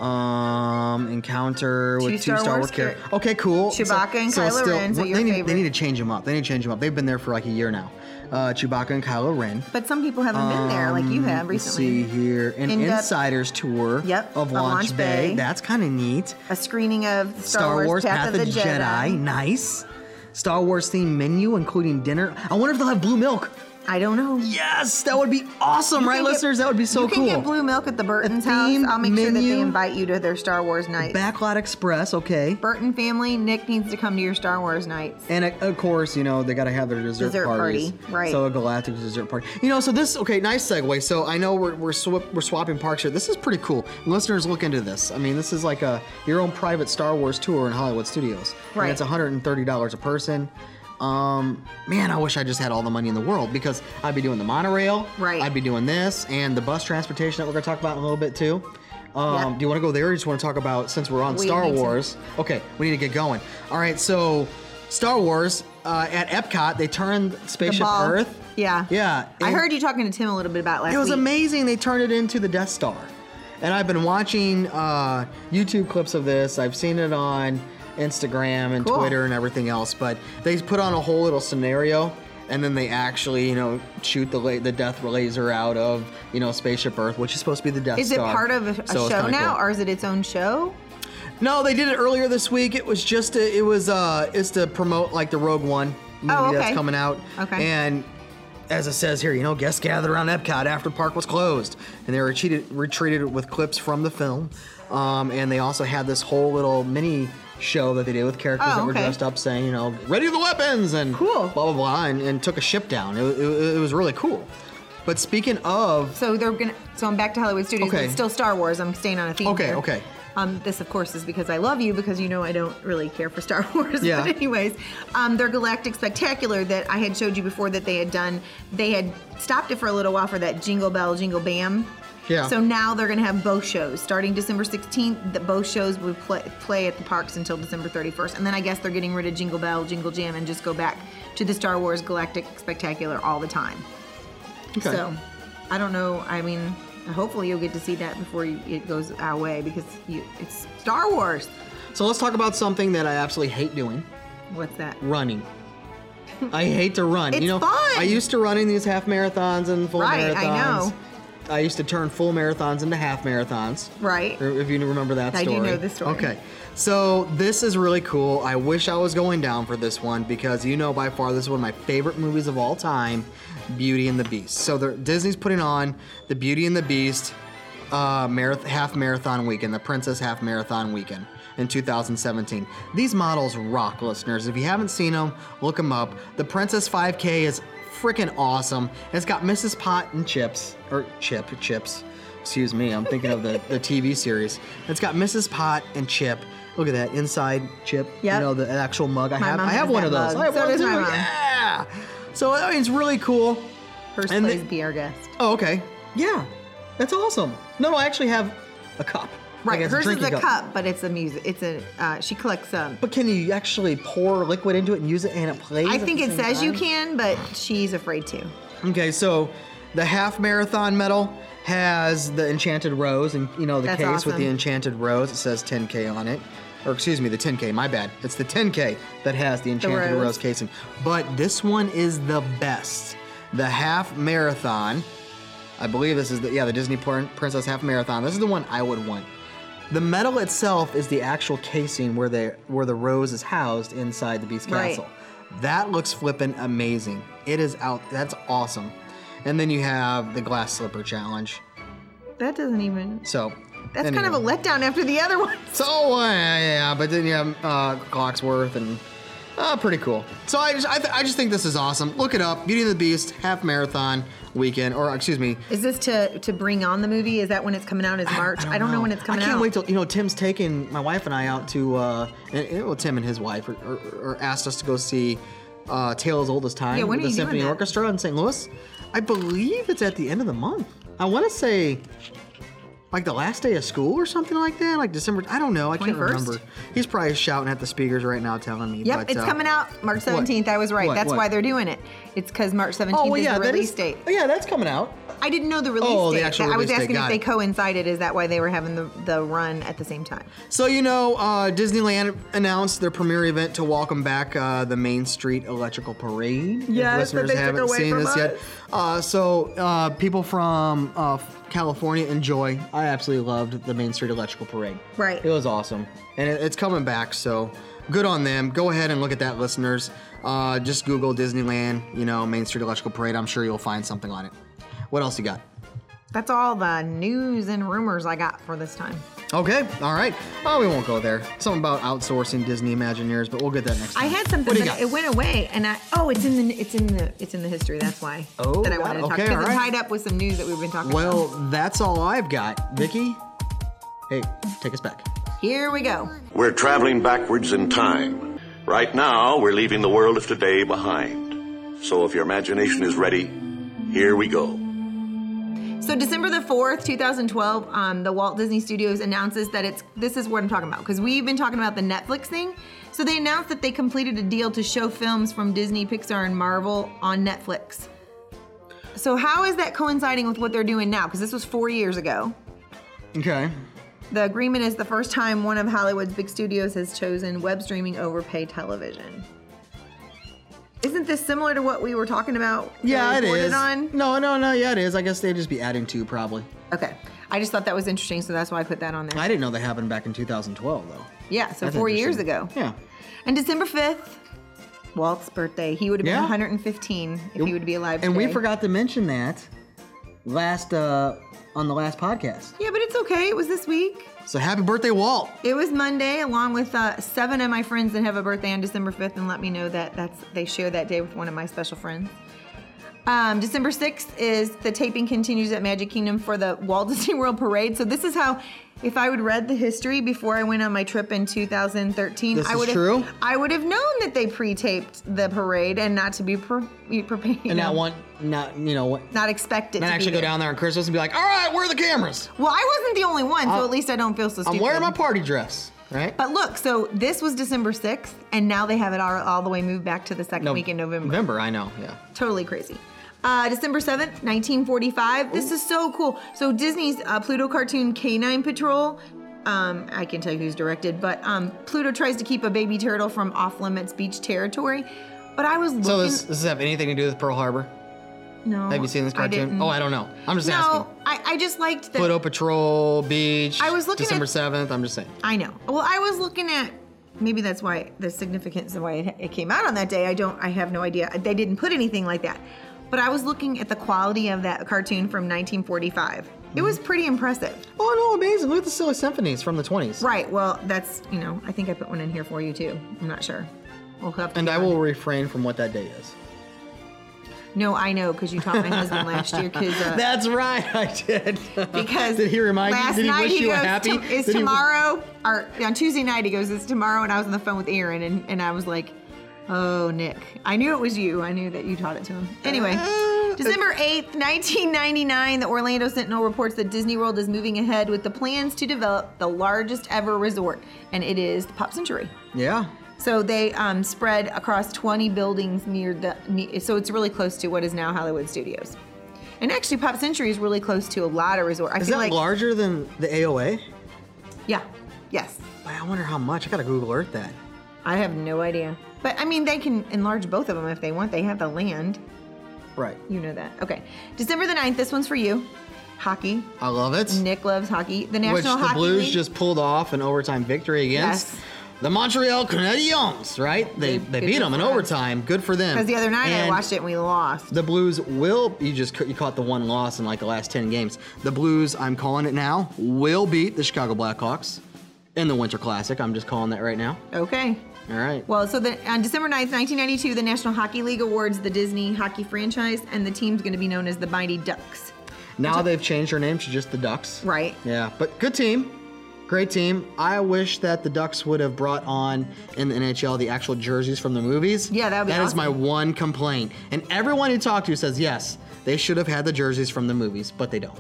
Speaker 5: Um, encounter with
Speaker 4: Two
Speaker 5: two
Speaker 4: Star
Speaker 5: Star,
Speaker 4: Wars
Speaker 5: Wars characters.
Speaker 4: char-
Speaker 5: Okay, cool.
Speaker 4: Chewbacca and Kylo Ren's are your
Speaker 5: they, need,
Speaker 4: favorite.
Speaker 5: they need to change them up. They need to change them up. They've been there for like a year now. Uh, Chewbacca and Kylo Ren.
Speaker 4: But some people haven't been there like you have
Speaker 5: Um,
Speaker 4: recently.
Speaker 5: Let's see here, an
Speaker 4: In-depth-
Speaker 5: insider's tour
Speaker 4: Yep,
Speaker 5: of Launch, Bay. That's kind of neat.
Speaker 4: A screening of Star,
Speaker 5: Star Wars, Path, of the, Jedi. nice. Star Wars themed menu, including dinner. I wonder if they'll have blue milk.
Speaker 4: I don't know.
Speaker 5: Yes, that would be awesome,
Speaker 4: You
Speaker 5: right,
Speaker 4: can get-
Speaker 5: listeners? That would be so
Speaker 4: you
Speaker 5: cool.
Speaker 4: can get blue milk at the Burton's
Speaker 5: A
Speaker 4: house.
Speaker 5: themed
Speaker 4: I'll make sure that they
Speaker 5: menu.
Speaker 4: invite you to their Star Wars night.
Speaker 5: Backlot Express, okay.
Speaker 4: Burton family, Nick needs to come to your Star Wars nights.
Speaker 5: And uh, of course, you know they gotta have their dessert,
Speaker 4: Dessert
Speaker 5: parties.
Speaker 4: party, right.
Speaker 5: So a galactic dessert party. You know, so this okay, nice segue. So I know we're we're, sw- we're swapping parks here. This is pretty cool. Listeners, look into this. I mean, this is like a your own private Star Wars tour in Hollywood Studios.
Speaker 4: Right.
Speaker 5: And it's 130 dollars a person. Um, man, I wish I just had all the money in the world because I'd be doing the monorail.
Speaker 4: Right.
Speaker 5: I'd be doing this and the bus transportation that we're gonna talk about in a little bit too. Um,
Speaker 4: Yep.
Speaker 5: Do you want to go there or you just want to talk about since we're on
Speaker 4: We
Speaker 5: Star
Speaker 4: need to-
Speaker 5: Wars? Okay, we need to get going. All right, so Star Wars uh, at Epcot, they turned
Speaker 4: The
Speaker 5: Spaceship
Speaker 4: ball.
Speaker 5: Earth.
Speaker 4: Yeah.
Speaker 5: Yeah.
Speaker 4: I
Speaker 5: and
Speaker 4: heard you talking to Tim a little bit about last
Speaker 5: It was
Speaker 4: week.
Speaker 5: amazing. They turned it into the Death Star, and I've been watching uh, YouTube clips of this. I've seen it on Instagram and
Speaker 4: Cool.
Speaker 5: Twitter and everything else. But they put on a whole little scenario. And then they actually, you know, shoot the la- the death laser out of, you know, Spaceship Earth, which is supposed to be the Death
Speaker 4: Is it
Speaker 5: Star.
Speaker 4: part of a, a
Speaker 5: So it's
Speaker 4: show
Speaker 5: kinda
Speaker 4: now,
Speaker 5: cool.
Speaker 4: or is it its own show?
Speaker 5: No, they did it earlier this week. It was just to, it was uh it's to promote like the Rogue One movie
Speaker 4: Oh, okay.
Speaker 5: that's coming out.
Speaker 4: Okay.
Speaker 5: And as it says here, you know, guests gathered around Epcot after the park was closed, and they were retreated, retreated with clips from the film. Um, and they also had this whole little mini show that they did with characters
Speaker 4: Oh,
Speaker 5: that were
Speaker 4: okay.
Speaker 5: dressed up saying, you know, ready the weapons and
Speaker 4: Cool.
Speaker 5: blah blah blah, and, and took a ship down. It, wa- it, wa- it was really cool. But speaking of,
Speaker 4: So they're gonna. So I'm back to Hollywood Studios. But
Speaker 5: Okay.
Speaker 4: it's still Star Wars. I'm staying on a theme.
Speaker 5: Okay,
Speaker 4: here.
Speaker 5: okay.
Speaker 4: Um, this, of course, is because I love you because you know I don't really care for Star Wars.
Speaker 5: Yeah.
Speaker 4: But anyways, um, their Galactic Spectacular that I had showed you before that they had done, they had stopped it for a little while for that Jingle Bell Jingle Bam.
Speaker 5: Yeah.
Speaker 4: So now they're going to have both shows starting December 16th. The, both shows would play, play at the parks until December 31st, and then I guess they're getting rid of Jingle Bell Jingle Jam and just go back to the Star Wars Galactic Spectacular all the time.
Speaker 5: Okay.
Speaker 4: So, I don't know. I mean, hopefully you'll get to see that before you, it goes our way because you, it's Star Wars.
Speaker 5: so let's talk about something that I absolutely hate doing:
Speaker 4: What's that?
Speaker 5: running. I hate to run.
Speaker 4: It's
Speaker 5: you know,
Speaker 4: fun.
Speaker 5: I used to run in these half marathons and full
Speaker 4: Right,
Speaker 5: marathons.
Speaker 4: I know.
Speaker 5: I used to turn full marathons into half marathons.
Speaker 4: Right.
Speaker 5: Or If you remember that
Speaker 4: I do
Speaker 5: story.
Speaker 4: know this story.
Speaker 5: Okay. So this is really cool. I wish I was going down for this one because you know by far this is one of my favorite movies of all time, Beauty and the Beast. So they're- Disney's putting on the Beauty and the Beast uh, marath- half marathon weekend, the Princess half marathon weekend in 2017. These models rock, listeners. If you haven't seen them, look them up. The Princess 5K is freaking awesome. It's got Mrs. Pot and Chips, or Chip, Chips. Excuse me, I'm thinking of the, the TV series. It's got Mrs. Pot and Chip. Look at that inside Chip.
Speaker 4: Yep.
Speaker 5: You know the actual mug. I
Speaker 4: My
Speaker 5: have.
Speaker 4: mom
Speaker 5: I have
Speaker 4: has
Speaker 5: one
Speaker 4: that
Speaker 5: of those.
Speaker 4: mug.
Speaker 5: I have
Speaker 4: So
Speaker 5: one
Speaker 4: does
Speaker 5: too.
Speaker 4: my mom.
Speaker 5: Yeah. So I mean, it's really cool.
Speaker 4: First
Speaker 5: And
Speaker 4: place,
Speaker 5: the-
Speaker 4: be our guest.
Speaker 5: Oh, okay. Yeah, that's awesome. No, no, I actually have a cup.
Speaker 4: Right,
Speaker 5: Like, it's
Speaker 4: hers is
Speaker 5: drinking
Speaker 4: a cup. but it's a music. It's a uh, she collects um.
Speaker 5: But can you actually pour liquid into it and use it and it plays?
Speaker 4: I
Speaker 5: at
Speaker 4: think
Speaker 5: the
Speaker 4: it
Speaker 5: same
Speaker 4: says you
Speaker 5: time?
Speaker 4: can, but she's afraid to.
Speaker 5: Okay, so the half marathon medal has the enchanted rose, and you know the
Speaker 4: That's
Speaker 5: case with the
Speaker 4: awesome.
Speaker 5: enchanted rose. It says 10k on it, or excuse me, the 10k. My bad. It's the 10k that has the enchanted
Speaker 4: rose.
Speaker 5: rose casing. But this one is the best. The half marathon. I believe this is the yeah the Disney Prin- Princess half marathon. This is the one I would want. The medal itself is the actual casing where they where the rose is housed inside the Beast
Speaker 4: Right.
Speaker 5: Castle. That looks flippin' amazing. It is out. That's awesome. And then you have the glass slipper challenge.
Speaker 4: That doesn't even.
Speaker 5: So
Speaker 4: That's kind of a letdown after the other one.
Speaker 5: so uh, yeah, yeah, but then you have uh, Clocksworth and uh, pretty cool. So I just I, th- I just think this is awesome. Look it up. Beauty and the Beast half marathon weekend, or excuse me,
Speaker 4: Is this to to bring on the movie? Is that when it's coming out? Is March? I don't, know. when it's coming
Speaker 5: I can't
Speaker 4: out.
Speaker 5: wait till you know Tim's taking my wife and I out to uh, and, and- well Tim and his wife or, or, or asked us to go see uh, Tale as Old as Time
Speaker 4: Yeah, when
Speaker 5: with
Speaker 4: are
Speaker 5: the
Speaker 4: you doing
Speaker 5: Symphony
Speaker 4: that?
Speaker 5: Orchestra in St. Louis. I believe it's at the end of the month. I want to say like the last day of school or something like that, like December. I don't know. I can't
Speaker 4: 21st?
Speaker 5: remember. He's probably shouting at the speakers right now, telling me.
Speaker 4: Yep,
Speaker 5: but,
Speaker 4: it's
Speaker 5: uh,
Speaker 4: coming out March 17th. I was right.
Speaker 5: What?
Speaker 4: That's
Speaker 5: What?
Speaker 4: why they're doing it. It's because March 17th
Speaker 5: Oh well,
Speaker 4: is
Speaker 5: yeah,
Speaker 4: the
Speaker 5: that
Speaker 4: release
Speaker 5: is-
Speaker 4: date.
Speaker 5: oh, yeah, that's coming out.
Speaker 4: I didn't know the release
Speaker 5: Oh, the
Speaker 4: date.
Speaker 5: actual
Speaker 4: I was
Speaker 5: release date,
Speaker 4: asking if
Speaker 5: got
Speaker 4: they
Speaker 5: it.
Speaker 4: coincided. Is that why they were having the, the run at the same time?
Speaker 5: So you know, uh, Disneyland announced their premiere event to welcome back uh, the Main Street Electrical Parade. If
Speaker 4: Yes, that
Speaker 5: listeners
Speaker 4: they took
Speaker 5: haven't
Speaker 4: away
Speaker 5: seen
Speaker 4: from
Speaker 5: this yet.
Speaker 4: us.
Speaker 5: Uh, so uh, people from uh, California enjoy. I absolutely loved the Main Street Electrical Parade.
Speaker 4: Right.
Speaker 5: It was awesome, and it, it's coming back. So good on them. Go ahead and look at that, listeners. Uh, just Google Disneyland, you know, Main Street Electrical Parade. I'm sure you'll find something on it. What else you got?
Speaker 4: That's all the news and rumors I got for this time.
Speaker 5: Okay, all right. Oh, we won't go there. Something about outsourcing Disney Imagineers, but we'll get that next time.
Speaker 4: I had something,
Speaker 5: What do you
Speaker 4: but
Speaker 5: got?
Speaker 4: it went away, and I oh, it's in the it's in the it's in the history. That's why
Speaker 5: Oh,
Speaker 4: that I
Speaker 5: got
Speaker 4: wanted to
Speaker 5: it.
Speaker 4: talk
Speaker 5: Okay,
Speaker 4: because
Speaker 5: all
Speaker 4: it's
Speaker 5: right.
Speaker 4: tied up with some news that we've been talking
Speaker 5: Well, that's all I've got. Vicky, hey, take us back.
Speaker 4: about. Here we go.
Speaker 6: We're traveling backwards in time. Right now, we're leaving the world of today behind. So if your imagination is ready, here we go.
Speaker 4: So December the fourth, two thousand twelve, um, the Walt Disney Studios announces that it's this is what I'm talking about because we've been talking about the Netflix thing. So they announced that they completed a deal to show films from Disney, Pixar, and Marvel on Netflix. So how is that coinciding with what they're doing now? Because this was four years ago.
Speaker 5: Okay.
Speaker 4: The agreement is the first time one of Hollywood's big studios has chosen web streaming over pay television. Isn't this similar to what we were talking about? that we
Speaker 5: Yeah, it
Speaker 4: reported
Speaker 5: is.
Speaker 4: On?
Speaker 5: No, no, no. Yeah, it is. I guess they'd just be adding two, probably.
Speaker 4: Okay. I just thought that was interesting, so that's why I put that on there.
Speaker 5: I didn't know that happened back in 2012, though.
Speaker 4: yeah, so
Speaker 5: That's
Speaker 4: four years
Speaker 5: interesting.
Speaker 4: ago.
Speaker 5: Yeah.
Speaker 4: And December 5th, Walt's birthday. He would have been
Speaker 5: Yeah.
Speaker 4: 115 if he would be alive
Speaker 5: And we
Speaker 4: today.
Speaker 5: forgot to mention that last uh, on the last podcast.
Speaker 4: Yeah, but it's okay. It was this week.
Speaker 5: So happy birthday, Walt.
Speaker 4: It was Monday, along with uh, seven of my friends that have a birthday on December 5th, and let me know that that's they share that day with one of my special friends. Um, December 6th is the taping continues at Magic Kingdom for the Walt Disney World Parade. So this is how, if I would read the history before I went on my trip in 2013,
Speaker 5: This
Speaker 4: I
Speaker 5: is
Speaker 4: would
Speaker 5: true?
Speaker 4: have I would have known that they pre-taped the parade and not to be pre- be prepared,
Speaker 5: And not want, not you know, not
Speaker 4: not expected to be
Speaker 5: actually go
Speaker 4: there.
Speaker 5: down there on Christmas and be like, all right, where are the cameras?
Speaker 4: Well, I wasn't the only one, so
Speaker 5: Uh,
Speaker 4: at least I don't feel so stupid.
Speaker 5: I'm wearing my party dress, right?
Speaker 4: But look, so this was December 6th, and now they have it all, all the way moved back to the second week in November.
Speaker 5: November, I know. Yeah.
Speaker 4: Totally crazy. Uh, December 7th, 1945. This is so cool. So Disney's uh, Pluto cartoon Canine Patrol. Um, I can tell you who's directed, but um, Pluto tries to keep a baby turtle from off limits beach territory. But I was looking.
Speaker 5: So this, does this have anything to do with Pearl Harbor?
Speaker 4: no,
Speaker 5: Have you seen this
Speaker 4: I didn't.
Speaker 5: cartoon? oh, I don't know. I'm just
Speaker 4: No,
Speaker 5: asking.
Speaker 4: I, I just liked that.
Speaker 5: Pluto Patrol Beach.
Speaker 4: I was looking at-
Speaker 5: December seventh. I'm just saying.
Speaker 4: I know. Well, I was looking at. Maybe that's why the significance of why it, it came out on that day. I don't. I have no idea. They didn't put anything like that. But I was looking at the quality of that cartoon from 1945. It
Speaker 5: Mm-hmm.
Speaker 4: was pretty impressive.
Speaker 5: Oh no, amazing! Look at the silly symphonies from the 20s.
Speaker 4: Right. Well, that's you know. I think I put one in here for you too. I'm not sure. We'll have to
Speaker 5: And
Speaker 4: get
Speaker 5: I
Speaker 4: one.
Speaker 5: will refrain from what that day is.
Speaker 4: No, I know because you taught my husband last year. Because uh,
Speaker 5: That's right, I did.
Speaker 4: because
Speaker 5: did he remind you?
Speaker 4: last
Speaker 5: Did he
Speaker 4: night
Speaker 5: wish
Speaker 4: he
Speaker 5: you a
Speaker 4: goes,
Speaker 5: happy?
Speaker 4: "Tom- Is
Speaker 5: Did he-
Speaker 4: tomorrow or on Tuesday night he goes, "It's tomorrow," and I was on the phone with Aaron, and, and I was like, "Oh, Nick, I knew it was you. I knew that you taught it to him." Anyway,
Speaker 5: Uh,
Speaker 4: December eighth, nineteen ninety nine, the Orlando Sentinel reports that Disney World is moving ahead with the plans to develop the largest ever resort, and it is the Pop Century.
Speaker 5: yeah.
Speaker 4: So they um, spread across 20 buildings near the. ne- So it's really close to what is now Hollywood Studios. And actually, Pop Century is really close to a lot of resort. I
Speaker 5: Is
Speaker 4: feel
Speaker 5: that
Speaker 4: like,
Speaker 5: larger than the AOA?
Speaker 4: Yeah. Yes.
Speaker 5: I wonder how much. I gotta Google Earth that.
Speaker 4: I have no idea. But I mean, they can enlarge both of them if they want. They have the land.
Speaker 5: Right.
Speaker 4: You know that. Okay. December the 9th, this one's for you. Hockey.
Speaker 5: I love it.
Speaker 4: Nick loves hockey. The
Speaker 5: which
Speaker 4: National
Speaker 5: the
Speaker 4: Hockey
Speaker 5: Blues
Speaker 4: League.
Speaker 5: just pulled off an overtime victory against
Speaker 4: Yes.
Speaker 5: the Montreal Canadiens, right? They
Speaker 4: Good-
Speaker 5: they
Speaker 4: good
Speaker 5: beat
Speaker 4: for
Speaker 5: them in
Speaker 4: them.
Speaker 5: overtime. Good for them.
Speaker 4: Because the other night I
Speaker 5: And
Speaker 4: watched it and we lost.
Speaker 5: The Blues will you just ca- you caught the one loss in like the last 10 games. The Blues, I'm calling it now, will beat the Chicago Blackhawks in the Winter Classic. I'm just calling that right now.
Speaker 4: okay.
Speaker 5: All right.
Speaker 4: Well, so the, on December 9th, 1992, the National Hockey League awards the Disney hockey franchise, and the team's going to be known as the Mighty Ducks.
Speaker 5: now they've changed their name to just the Ducks.
Speaker 4: Right.
Speaker 5: Yeah, but good team. Great team. I wish that the Ducks would have brought on in the NHL the actual jerseys from the movies.
Speaker 4: Yeah, that would be
Speaker 5: That is my
Speaker 4: awesome.
Speaker 5: one complaint. And everyone who talked to says yes, they should have had the jerseys from the movies, but they don't.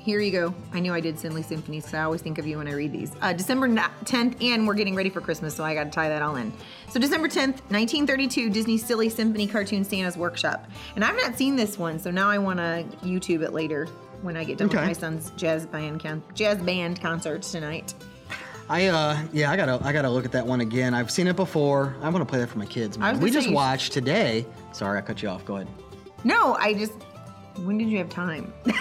Speaker 4: Here you go. I knew I did Sindley Symphonies because I always think of you when I read these. Uh, December ni- 10th, and we're getting ready for Christmas, so I got to tie that all in. So, December 10th, 1932, Disney Silly Symphony Cartoon Santa's Workshop. And I've not seen this one, so now I want to YouTube it later when I get done with
Speaker 5: Okay.
Speaker 4: my son's jazz band, con- jazz band concert tonight.
Speaker 5: I uh yeah, I gotta I gotta look at that one again. I've seen it before. I'm gonna play that for my kids.
Speaker 4: I was
Speaker 5: Man.
Speaker 4: gonna
Speaker 5: We
Speaker 4: say
Speaker 5: just
Speaker 4: you-
Speaker 5: watched today. Sorry, I cut you off. Go ahead.
Speaker 4: No, I just. When did you have time? go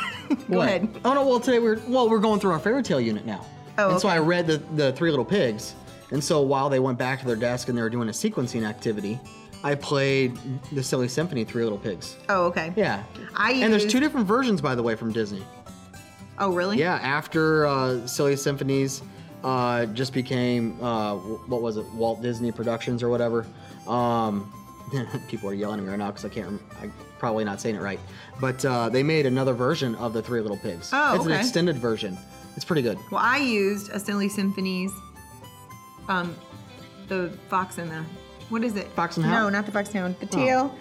Speaker 5: What?
Speaker 4: ahead.
Speaker 5: Oh no, well today we're well we're going through our fairy tale unit now.
Speaker 4: Oh,
Speaker 5: and so
Speaker 4: okay.
Speaker 5: I read the the Three Little Pigs, and so while they went back to their desk and they were doing a sequencing activity, I played the Silly Symphony Three Little Pigs.
Speaker 4: Oh, okay.
Speaker 5: Yeah.
Speaker 4: I
Speaker 5: and there's two
Speaker 4: used-
Speaker 5: different versions by the way from Disney.
Speaker 4: Oh, really?
Speaker 5: Yeah, after uh, Silly Symphonies uh, just became uh, w- what was it Walt Disney Productions or whatever. Um, people are yelling at me right now because I can't. Rem- I'm probably not saying it right, but uh, they made another version of the Three Little Pigs.
Speaker 4: Oh,
Speaker 5: it's
Speaker 4: okay. Uh,
Speaker 5: an extended version. It's pretty good.
Speaker 4: Well, I used a Silly Symphonies, um, the fox and the, what is it?
Speaker 5: Fox and
Speaker 4: no,
Speaker 5: Hound?
Speaker 4: not the fox and hound. The teal.
Speaker 5: Oh.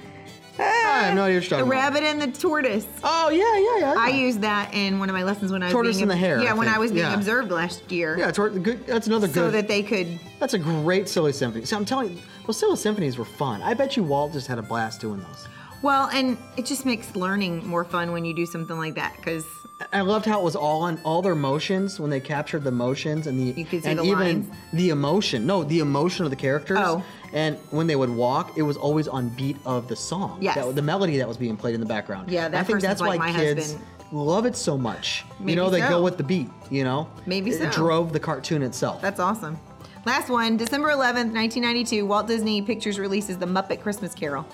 Speaker 5: Ah, I have no idea what you're
Speaker 4: the
Speaker 5: talking about.
Speaker 4: rabbit and the tortoise.
Speaker 5: Oh yeah, yeah, yeah.
Speaker 4: I
Speaker 5: yeah.
Speaker 4: used that in one of my lessons when I was
Speaker 5: Tortoise
Speaker 4: being
Speaker 5: and
Speaker 4: ob-
Speaker 5: the hare,
Speaker 4: Yeah,
Speaker 5: I
Speaker 4: when
Speaker 5: think.
Speaker 4: I was being
Speaker 5: Yeah.
Speaker 4: observed last year.
Speaker 5: Yeah, it's worth- good. That's another good.
Speaker 4: So that they could.
Speaker 5: that's a great silly symphony. So I'm telling you, well, silly symphonies were fun. I bet you Walt just had a blast doing those.
Speaker 4: Well, and it just makes learning more fun when you do something like that because
Speaker 5: I loved how it was all on all their motions when they captured the motions and the
Speaker 4: You could see
Speaker 5: and
Speaker 4: the
Speaker 5: even
Speaker 4: lines.
Speaker 5: the emotion. No, the emotion of the characters.
Speaker 4: Oh.
Speaker 5: And when they would walk, it was always on beat of the song.
Speaker 4: Yes.
Speaker 5: That, the melody that was being played in the background.
Speaker 4: Yeah,
Speaker 5: And I
Speaker 4: that
Speaker 5: think
Speaker 4: person's
Speaker 5: that's
Speaker 4: like
Speaker 5: why
Speaker 4: my
Speaker 5: kids
Speaker 4: husband.
Speaker 5: love it so much.
Speaker 4: Maybe
Speaker 5: you know, they
Speaker 4: so.
Speaker 5: go with the beat. You know,
Speaker 4: Maybe
Speaker 5: it
Speaker 4: so.
Speaker 5: drove the cartoon itself.
Speaker 4: that's awesome. Last one, December 11th, 1992, Walt Disney Pictures releases The Muppet Christmas Carol.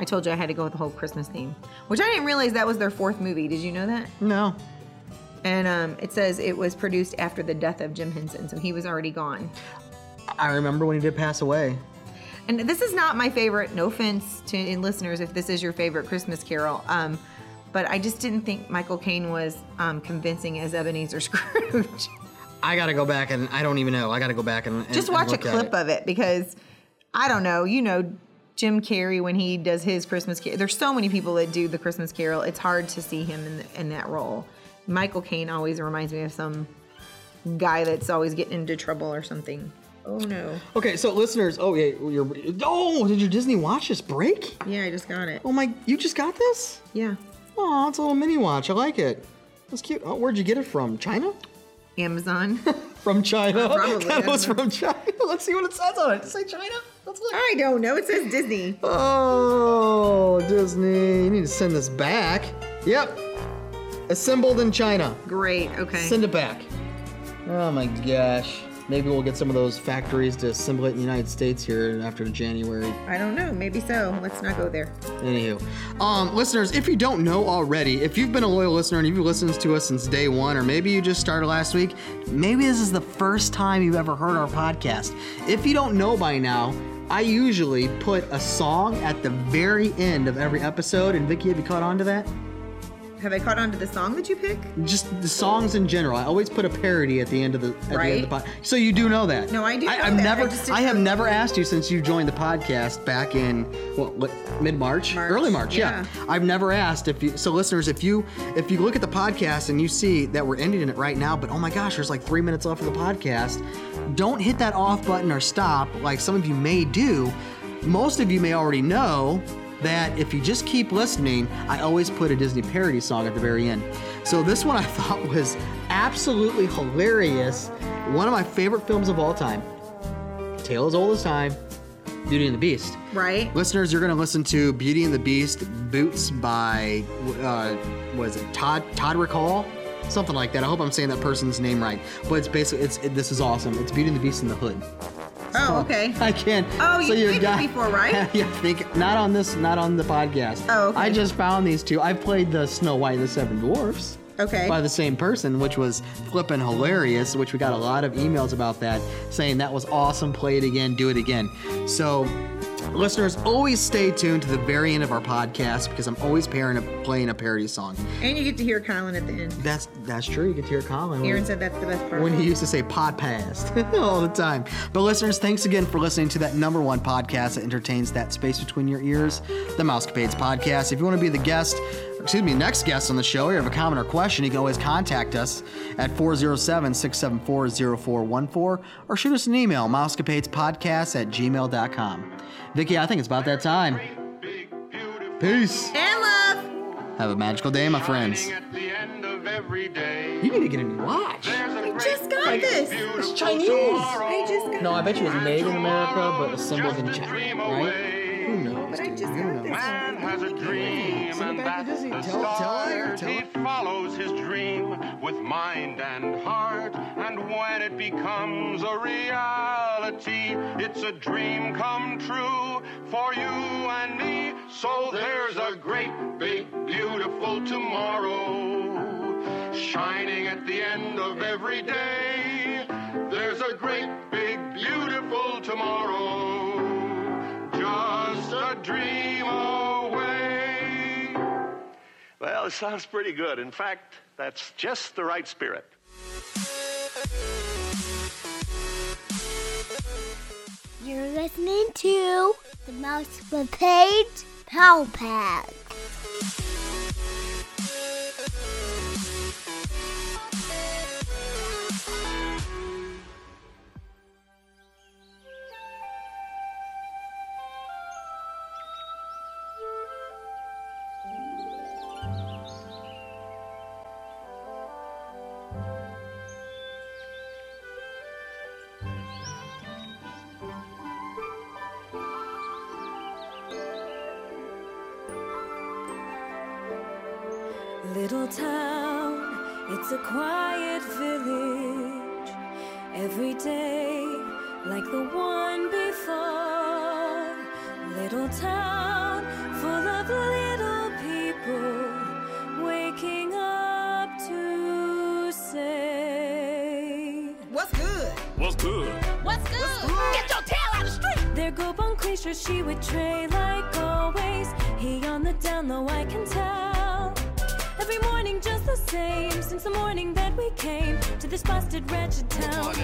Speaker 4: I told you I had to go with the whole Christmas theme, which I didn't realize that was their fourth movie. Did you know that?
Speaker 5: no.
Speaker 4: And um, it says it was produced after the death of Jim Henson, so he was already gone.
Speaker 5: I remember when he did pass away.
Speaker 4: And this is not my favorite. No offense to in listeners if this is your favorite Christmas Carol. Um, but I just didn't think Michael Caine was um, convincing as Ebenezer Scrooge.
Speaker 5: I gotta go back and I don't even know. I gotta go back and, and
Speaker 4: just watch
Speaker 5: and
Speaker 4: a
Speaker 5: look at
Speaker 4: clip
Speaker 5: it.
Speaker 4: of it because I don't know. You know, Jim Carrey when he does his Christmas Carol. There's so many people that do the Christmas Carol. It's hard to see him in, in that role. Michael Caine always reminds me of some guy that's always getting into trouble or something. Oh no.
Speaker 5: Okay, so listeners, oh yeah, you're, oh, did your Disney Watch just break?
Speaker 4: Yeah, I just got it.
Speaker 5: Oh my, you just got this?
Speaker 4: Yeah.
Speaker 5: Oh, it's a little mini watch. I like it. That's cute. Oh, where'd you get it from? China?
Speaker 4: Amazon.
Speaker 5: From China?
Speaker 4: Probably,
Speaker 5: that
Speaker 4: I
Speaker 5: was
Speaker 4: don't know.
Speaker 5: from China. Let's see what it says on it. Does it say China? Let's look.
Speaker 4: I don't know. It says Disney.
Speaker 5: Oh, Disney. You need to send this back. Yep. Assembled in China.
Speaker 4: Great. Okay.
Speaker 5: Send it back. Oh my gosh. Maybe we'll get some of those factories to assemble it in the United States here after January.
Speaker 4: I don't know. Maybe so. Let's not go there.
Speaker 5: Anywho, um, listeners, if you don't know already, if you've been a loyal listener and you've listened to us since day one, or maybe you just started last week, maybe this is the first time you've ever heard our podcast. If you don't know by now, I usually put a song at the very end of every episode, and Vicky, have you caught on to that?
Speaker 4: Have I caught on to the song that you pick?
Speaker 5: Just the songs in general. I always put a parody at the end of the at the end of the
Speaker 4: Right.
Speaker 5: podcast. So you do know that.
Speaker 4: No, I do know
Speaker 5: I've
Speaker 4: that.
Speaker 5: never.
Speaker 4: I just
Speaker 5: I,
Speaker 4: didn't
Speaker 5: have
Speaker 4: know.
Speaker 5: never asked you since you joined the podcast back in what, mid March,
Speaker 4: March,
Speaker 5: early March. Yeah.
Speaker 4: yeah.
Speaker 5: I've never asked if you. So listeners, if you if you look at the podcast and you see that we're ending it right now, but oh my gosh, there's like three minutes left of the podcast. Don't hit that off button or stop, like some of you may do. Most of you may already know that if you just keep listening, I always put a Disney parody song at the very end. So this one I thought was absolutely hilarious. One of my favorite films of all time. Tale as old as time. Beauty and the Beast.
Speaker 4: Right.
Speaker 5: Listeners, you're going to listen to Beauty and the Beast Boots by, uh, was it Todd Todd Hall? Something like that. I hope I'm saying that person's name right. But it's basically, it's it, this is awesome. It's Beauty and the Beast in the Hood.
Speaker 4: Oh, okay.
Speaker 5: I can't.
Speaker 4: Oh, you played it before, right?
Speaker 5: yeah, I think not on this, not on the podcast.
Speaker 4: Oh, okay.
Speaker 5: I just found these two. I played the Snow White and the Seven Dwarfs
Speaker 4: Okay.
Speaker 5: by the same person, which was flippin' hilarious, which we got a lot of emails about that, saying that was awesome, play it again, do it again. So, listeners, always stay tuned to the very end of our podcast because I'm always pairing a, playing a parody song.
Speaker 4: And you get to hear Colin at the end.
Speaker 5: That's that's true. You get to hear Colin.
Speaker 4: Aaron said that's the best part.
Speaker 5: when he used to say podcast all the time. But listeners, thanks again for listening to that number one podcast that entertains that space between your ears, the Mousecapades podcast. If you want to be the guest, or excuse me, next guest on the show, or you have a comment or question, you can always contact us at 407-674-0414 or shoot us an email, mousecapadespodcast at gmail.com. Vicky, I think it's about that time. Peace.
Speaker 4: And love.
Speaker 5: Have a magical day, my friends.
Speaker 7: At the end of every day,
Speaker 5: You need to get a new watch.
Speaker 7: there's a
Speaker 4: I
Speaker 7: great
Speaker 4: just got this.
Speaker 5: It's Chinese.
Speaker 4: I just got
Speaker 5: No, I bet you it was made in America but assembled
Speaker 7: just
Speaker 5: in
Speaker 7: a
Speaker 5: China,
Speaker 7: dream
Speaker 5: right?
Speaker 7: away.
Speaker 5: Who knows?
Speaker 4: But I
Speaker 5: dude?
Speaker 4: just
Speaker 5: Who
Speaker 4: got
Speaker 5: knows?
Speaker 4: this.
Speaker 7: Man has a dream,
Speaker 5: Send it
Speaker 7: and
Speaker 5: back to
Speaker 7: that's
Speaker 5: Disney.
Speaker 7: the
Speaker 5: Tell- tell
Speaker 7: star.
Speaker 5: her, tell
Speaker 7: He
Speaker 5: her.
Speaker 7: follows his dream with mind and heart, and when it becomes a reality, it's a dream come true for you and me. So there's a great, big, beautiful tomorrow shining at the end of every day. There's a great, big, beautiful tomorrow, just a dream away.
Speaker 6: Well, it sounds pretty good. In fact, that's just the right spirit.
Speaker 8: You're listening to the Mouse with Page Pow Pack.
Speaker 9: Little town, it's a quiet village. Every day, like the one before. Little town, full of little people, waking up to say,
Speaker 4: What's good?
Speaker 3: What's good?
Speaker 9: What's good? Get your tail out the street! There go Bonquisha, she would tray like always. He on the down low, I can tell. Every morning just the same since the morning that we came to this busted, wretched town.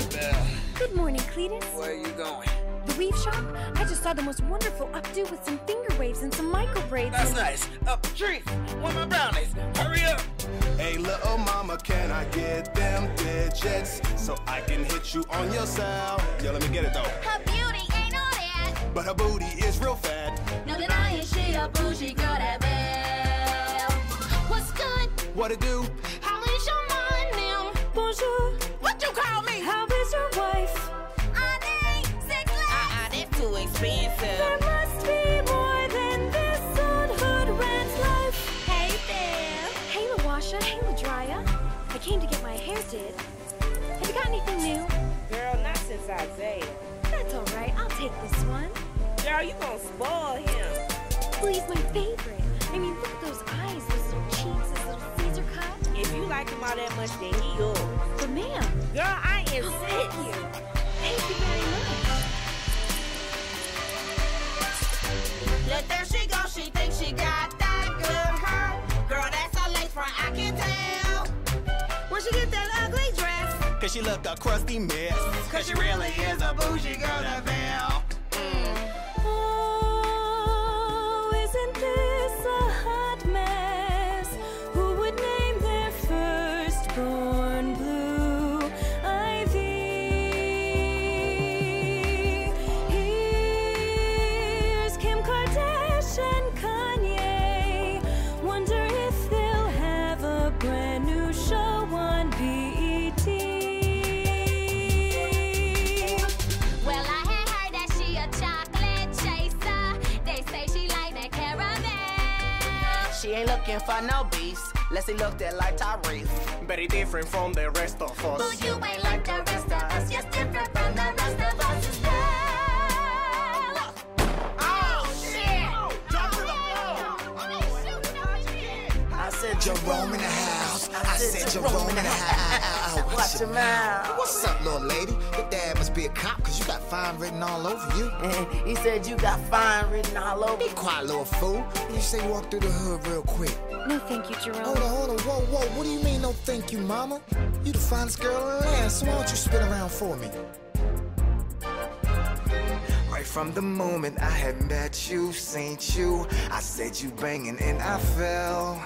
Speaker 9: Good morning, Cletus. Where are you going? The weave shop? I just saw the most wonderful updo with some finger waves and some micro braids.
Speaker 10: That's nice. Up the tree. Want my brownies? Hurry up. Hey, little mama, can I get them digits so I can hit you on your cell? Yeah, let me get it though.
Speaker 8: Her beauty ain't all that.
Speaker 10: But her booty is real fat.
Speaker 9: No denying she a bougie girl that bell.
Speaker 8: What's good?
Speaker 10: What it do?
Speaker 8: How is your mind now?
Speaker 9: Bonjour,
Speaker 8: What you call me?
Speaker 9: how is your wife?
Speaker 8: I need six legs.
Speaker 11: Uh-uh,
Speaker 3: That's too expensive.
Speaker 9: Masha. Hey, Ladria. I came to get my hair did. Have you got anything new?
Speaker 11: Girl, not since Isaiah.
Speaker 9: That's all right. I'll take this one.
Speaker 11: Girl, you gonna spoil him.
Speaker 9: Well, he's my favorite. I mean, look at those eyes, those little cheeks, those little Caesar cut.
Speaker 11: If you like him all that much, then he yours.
Speaker 9: But ma'am,
Speaker 11: Girl, I am
Speaker 9: oh,
Speaker 11: sick.
Speaker 9: thank you. Thank you very much.
Speaker 11: Let there she go, she thinks she got that good hair. Girl, that's her lace front, I can tell. Where she get that ugly dress?
Speaker 10: Cause she looked a crusty mess.
Speaker 11: Cause she really is a bougie girl to veil.
Speaker 9: Oh, isn't this a hot mess? Who would name their firstborn blue ivy? Here's Kim Kardashian, Kanye. Wonder if they'll have a brand new show on E BET.
Speaker 12: Well, I had heard that she a chocolate chaser. They say she like that caramel.
Speaker 11: She ain't looking for no beast. Let's see, looked at like Tyrese.
Speaker 10: Very different from the rest of us.
Speaker 12: But you ain't like the rest of us. You're different from the rest of us. It's love.
Speaker 11: Oh, shit! Drop to the floor.
Speaker 12: Oh, I
Speaker 10: said Jerome in the house. I said Jerome in the house.
Speaker 11: Watch him out.
Speaker 10: What's up, little lady? Your dad must be a cop because you got fine written all over you.
Speaker 11: he said you got fine written all over.
Speaker 10: Be quiet, little fool. You say walk through the hood real quick.
Speaker 9: No, thank you,
Speaker 10: Hold
Speaker 4: Oh,
Speaker 9: Jerome.
Speaker 10: on, hold on, whoa, whoa. What do you mean, no thank you, mama? You the finest girl in the land, so why don't you spin around for me? Right from the moment I had met you, seen you, I said you banging and I fell.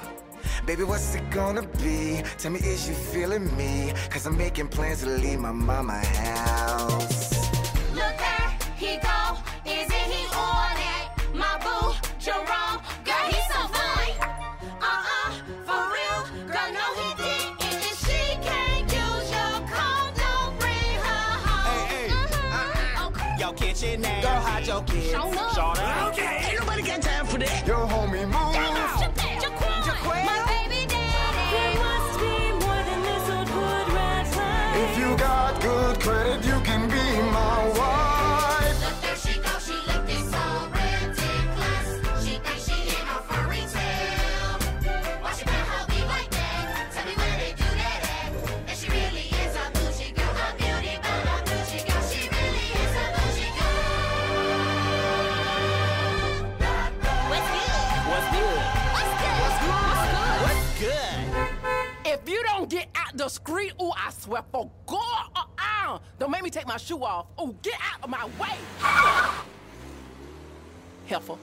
Speaker 10: Baby, what's it gonna be? Tell me, is you feeling me? Cause I'm making plans to leave my mama house.
Speaker 12: Look there, he go. Isn't he on it? My boo, Jerome. Girl, he's so fine. Uh-uh, for real. Girl, no, he didn't. If she can't use your condom, bring her home.
Speaker 10: Hey, Uh-uh. hey,
Speaker 12: uh-huh. Okay.
Speaker 10: Your kitchen ass. Girl, hide your kids.
Speaker 12: Show up.
Speaker 10: Okay, ain't nobody got time for that. Yo, homie, move.
Speaker 12: Jaquan,
Speaker 10: Jaquan.
Speaker 12: my baby
Speaker 9: There
Speaker 12: daddy.
Speaker 9: must be more than this old wood rat
Speaker 10: If you got good credit, you can be my wife.
Speaker 12: Look there she goes, she looking so ridiculous. She thinks she in her furry tail. Why she put her wig like that? Tell me where they do that at. And she really is a bougie girl, a beauty, but a bougie girl. She really is a bougie girl. What's good?
Speaker 11: What's good?
Speaker 12: What's good? What's good? What's good?
Speaker 11: What's good? If you don't get out the street, ooh, I swear for God, uh, uh, don't make me take my shoe off. Ooh, get out of my way. Heifer.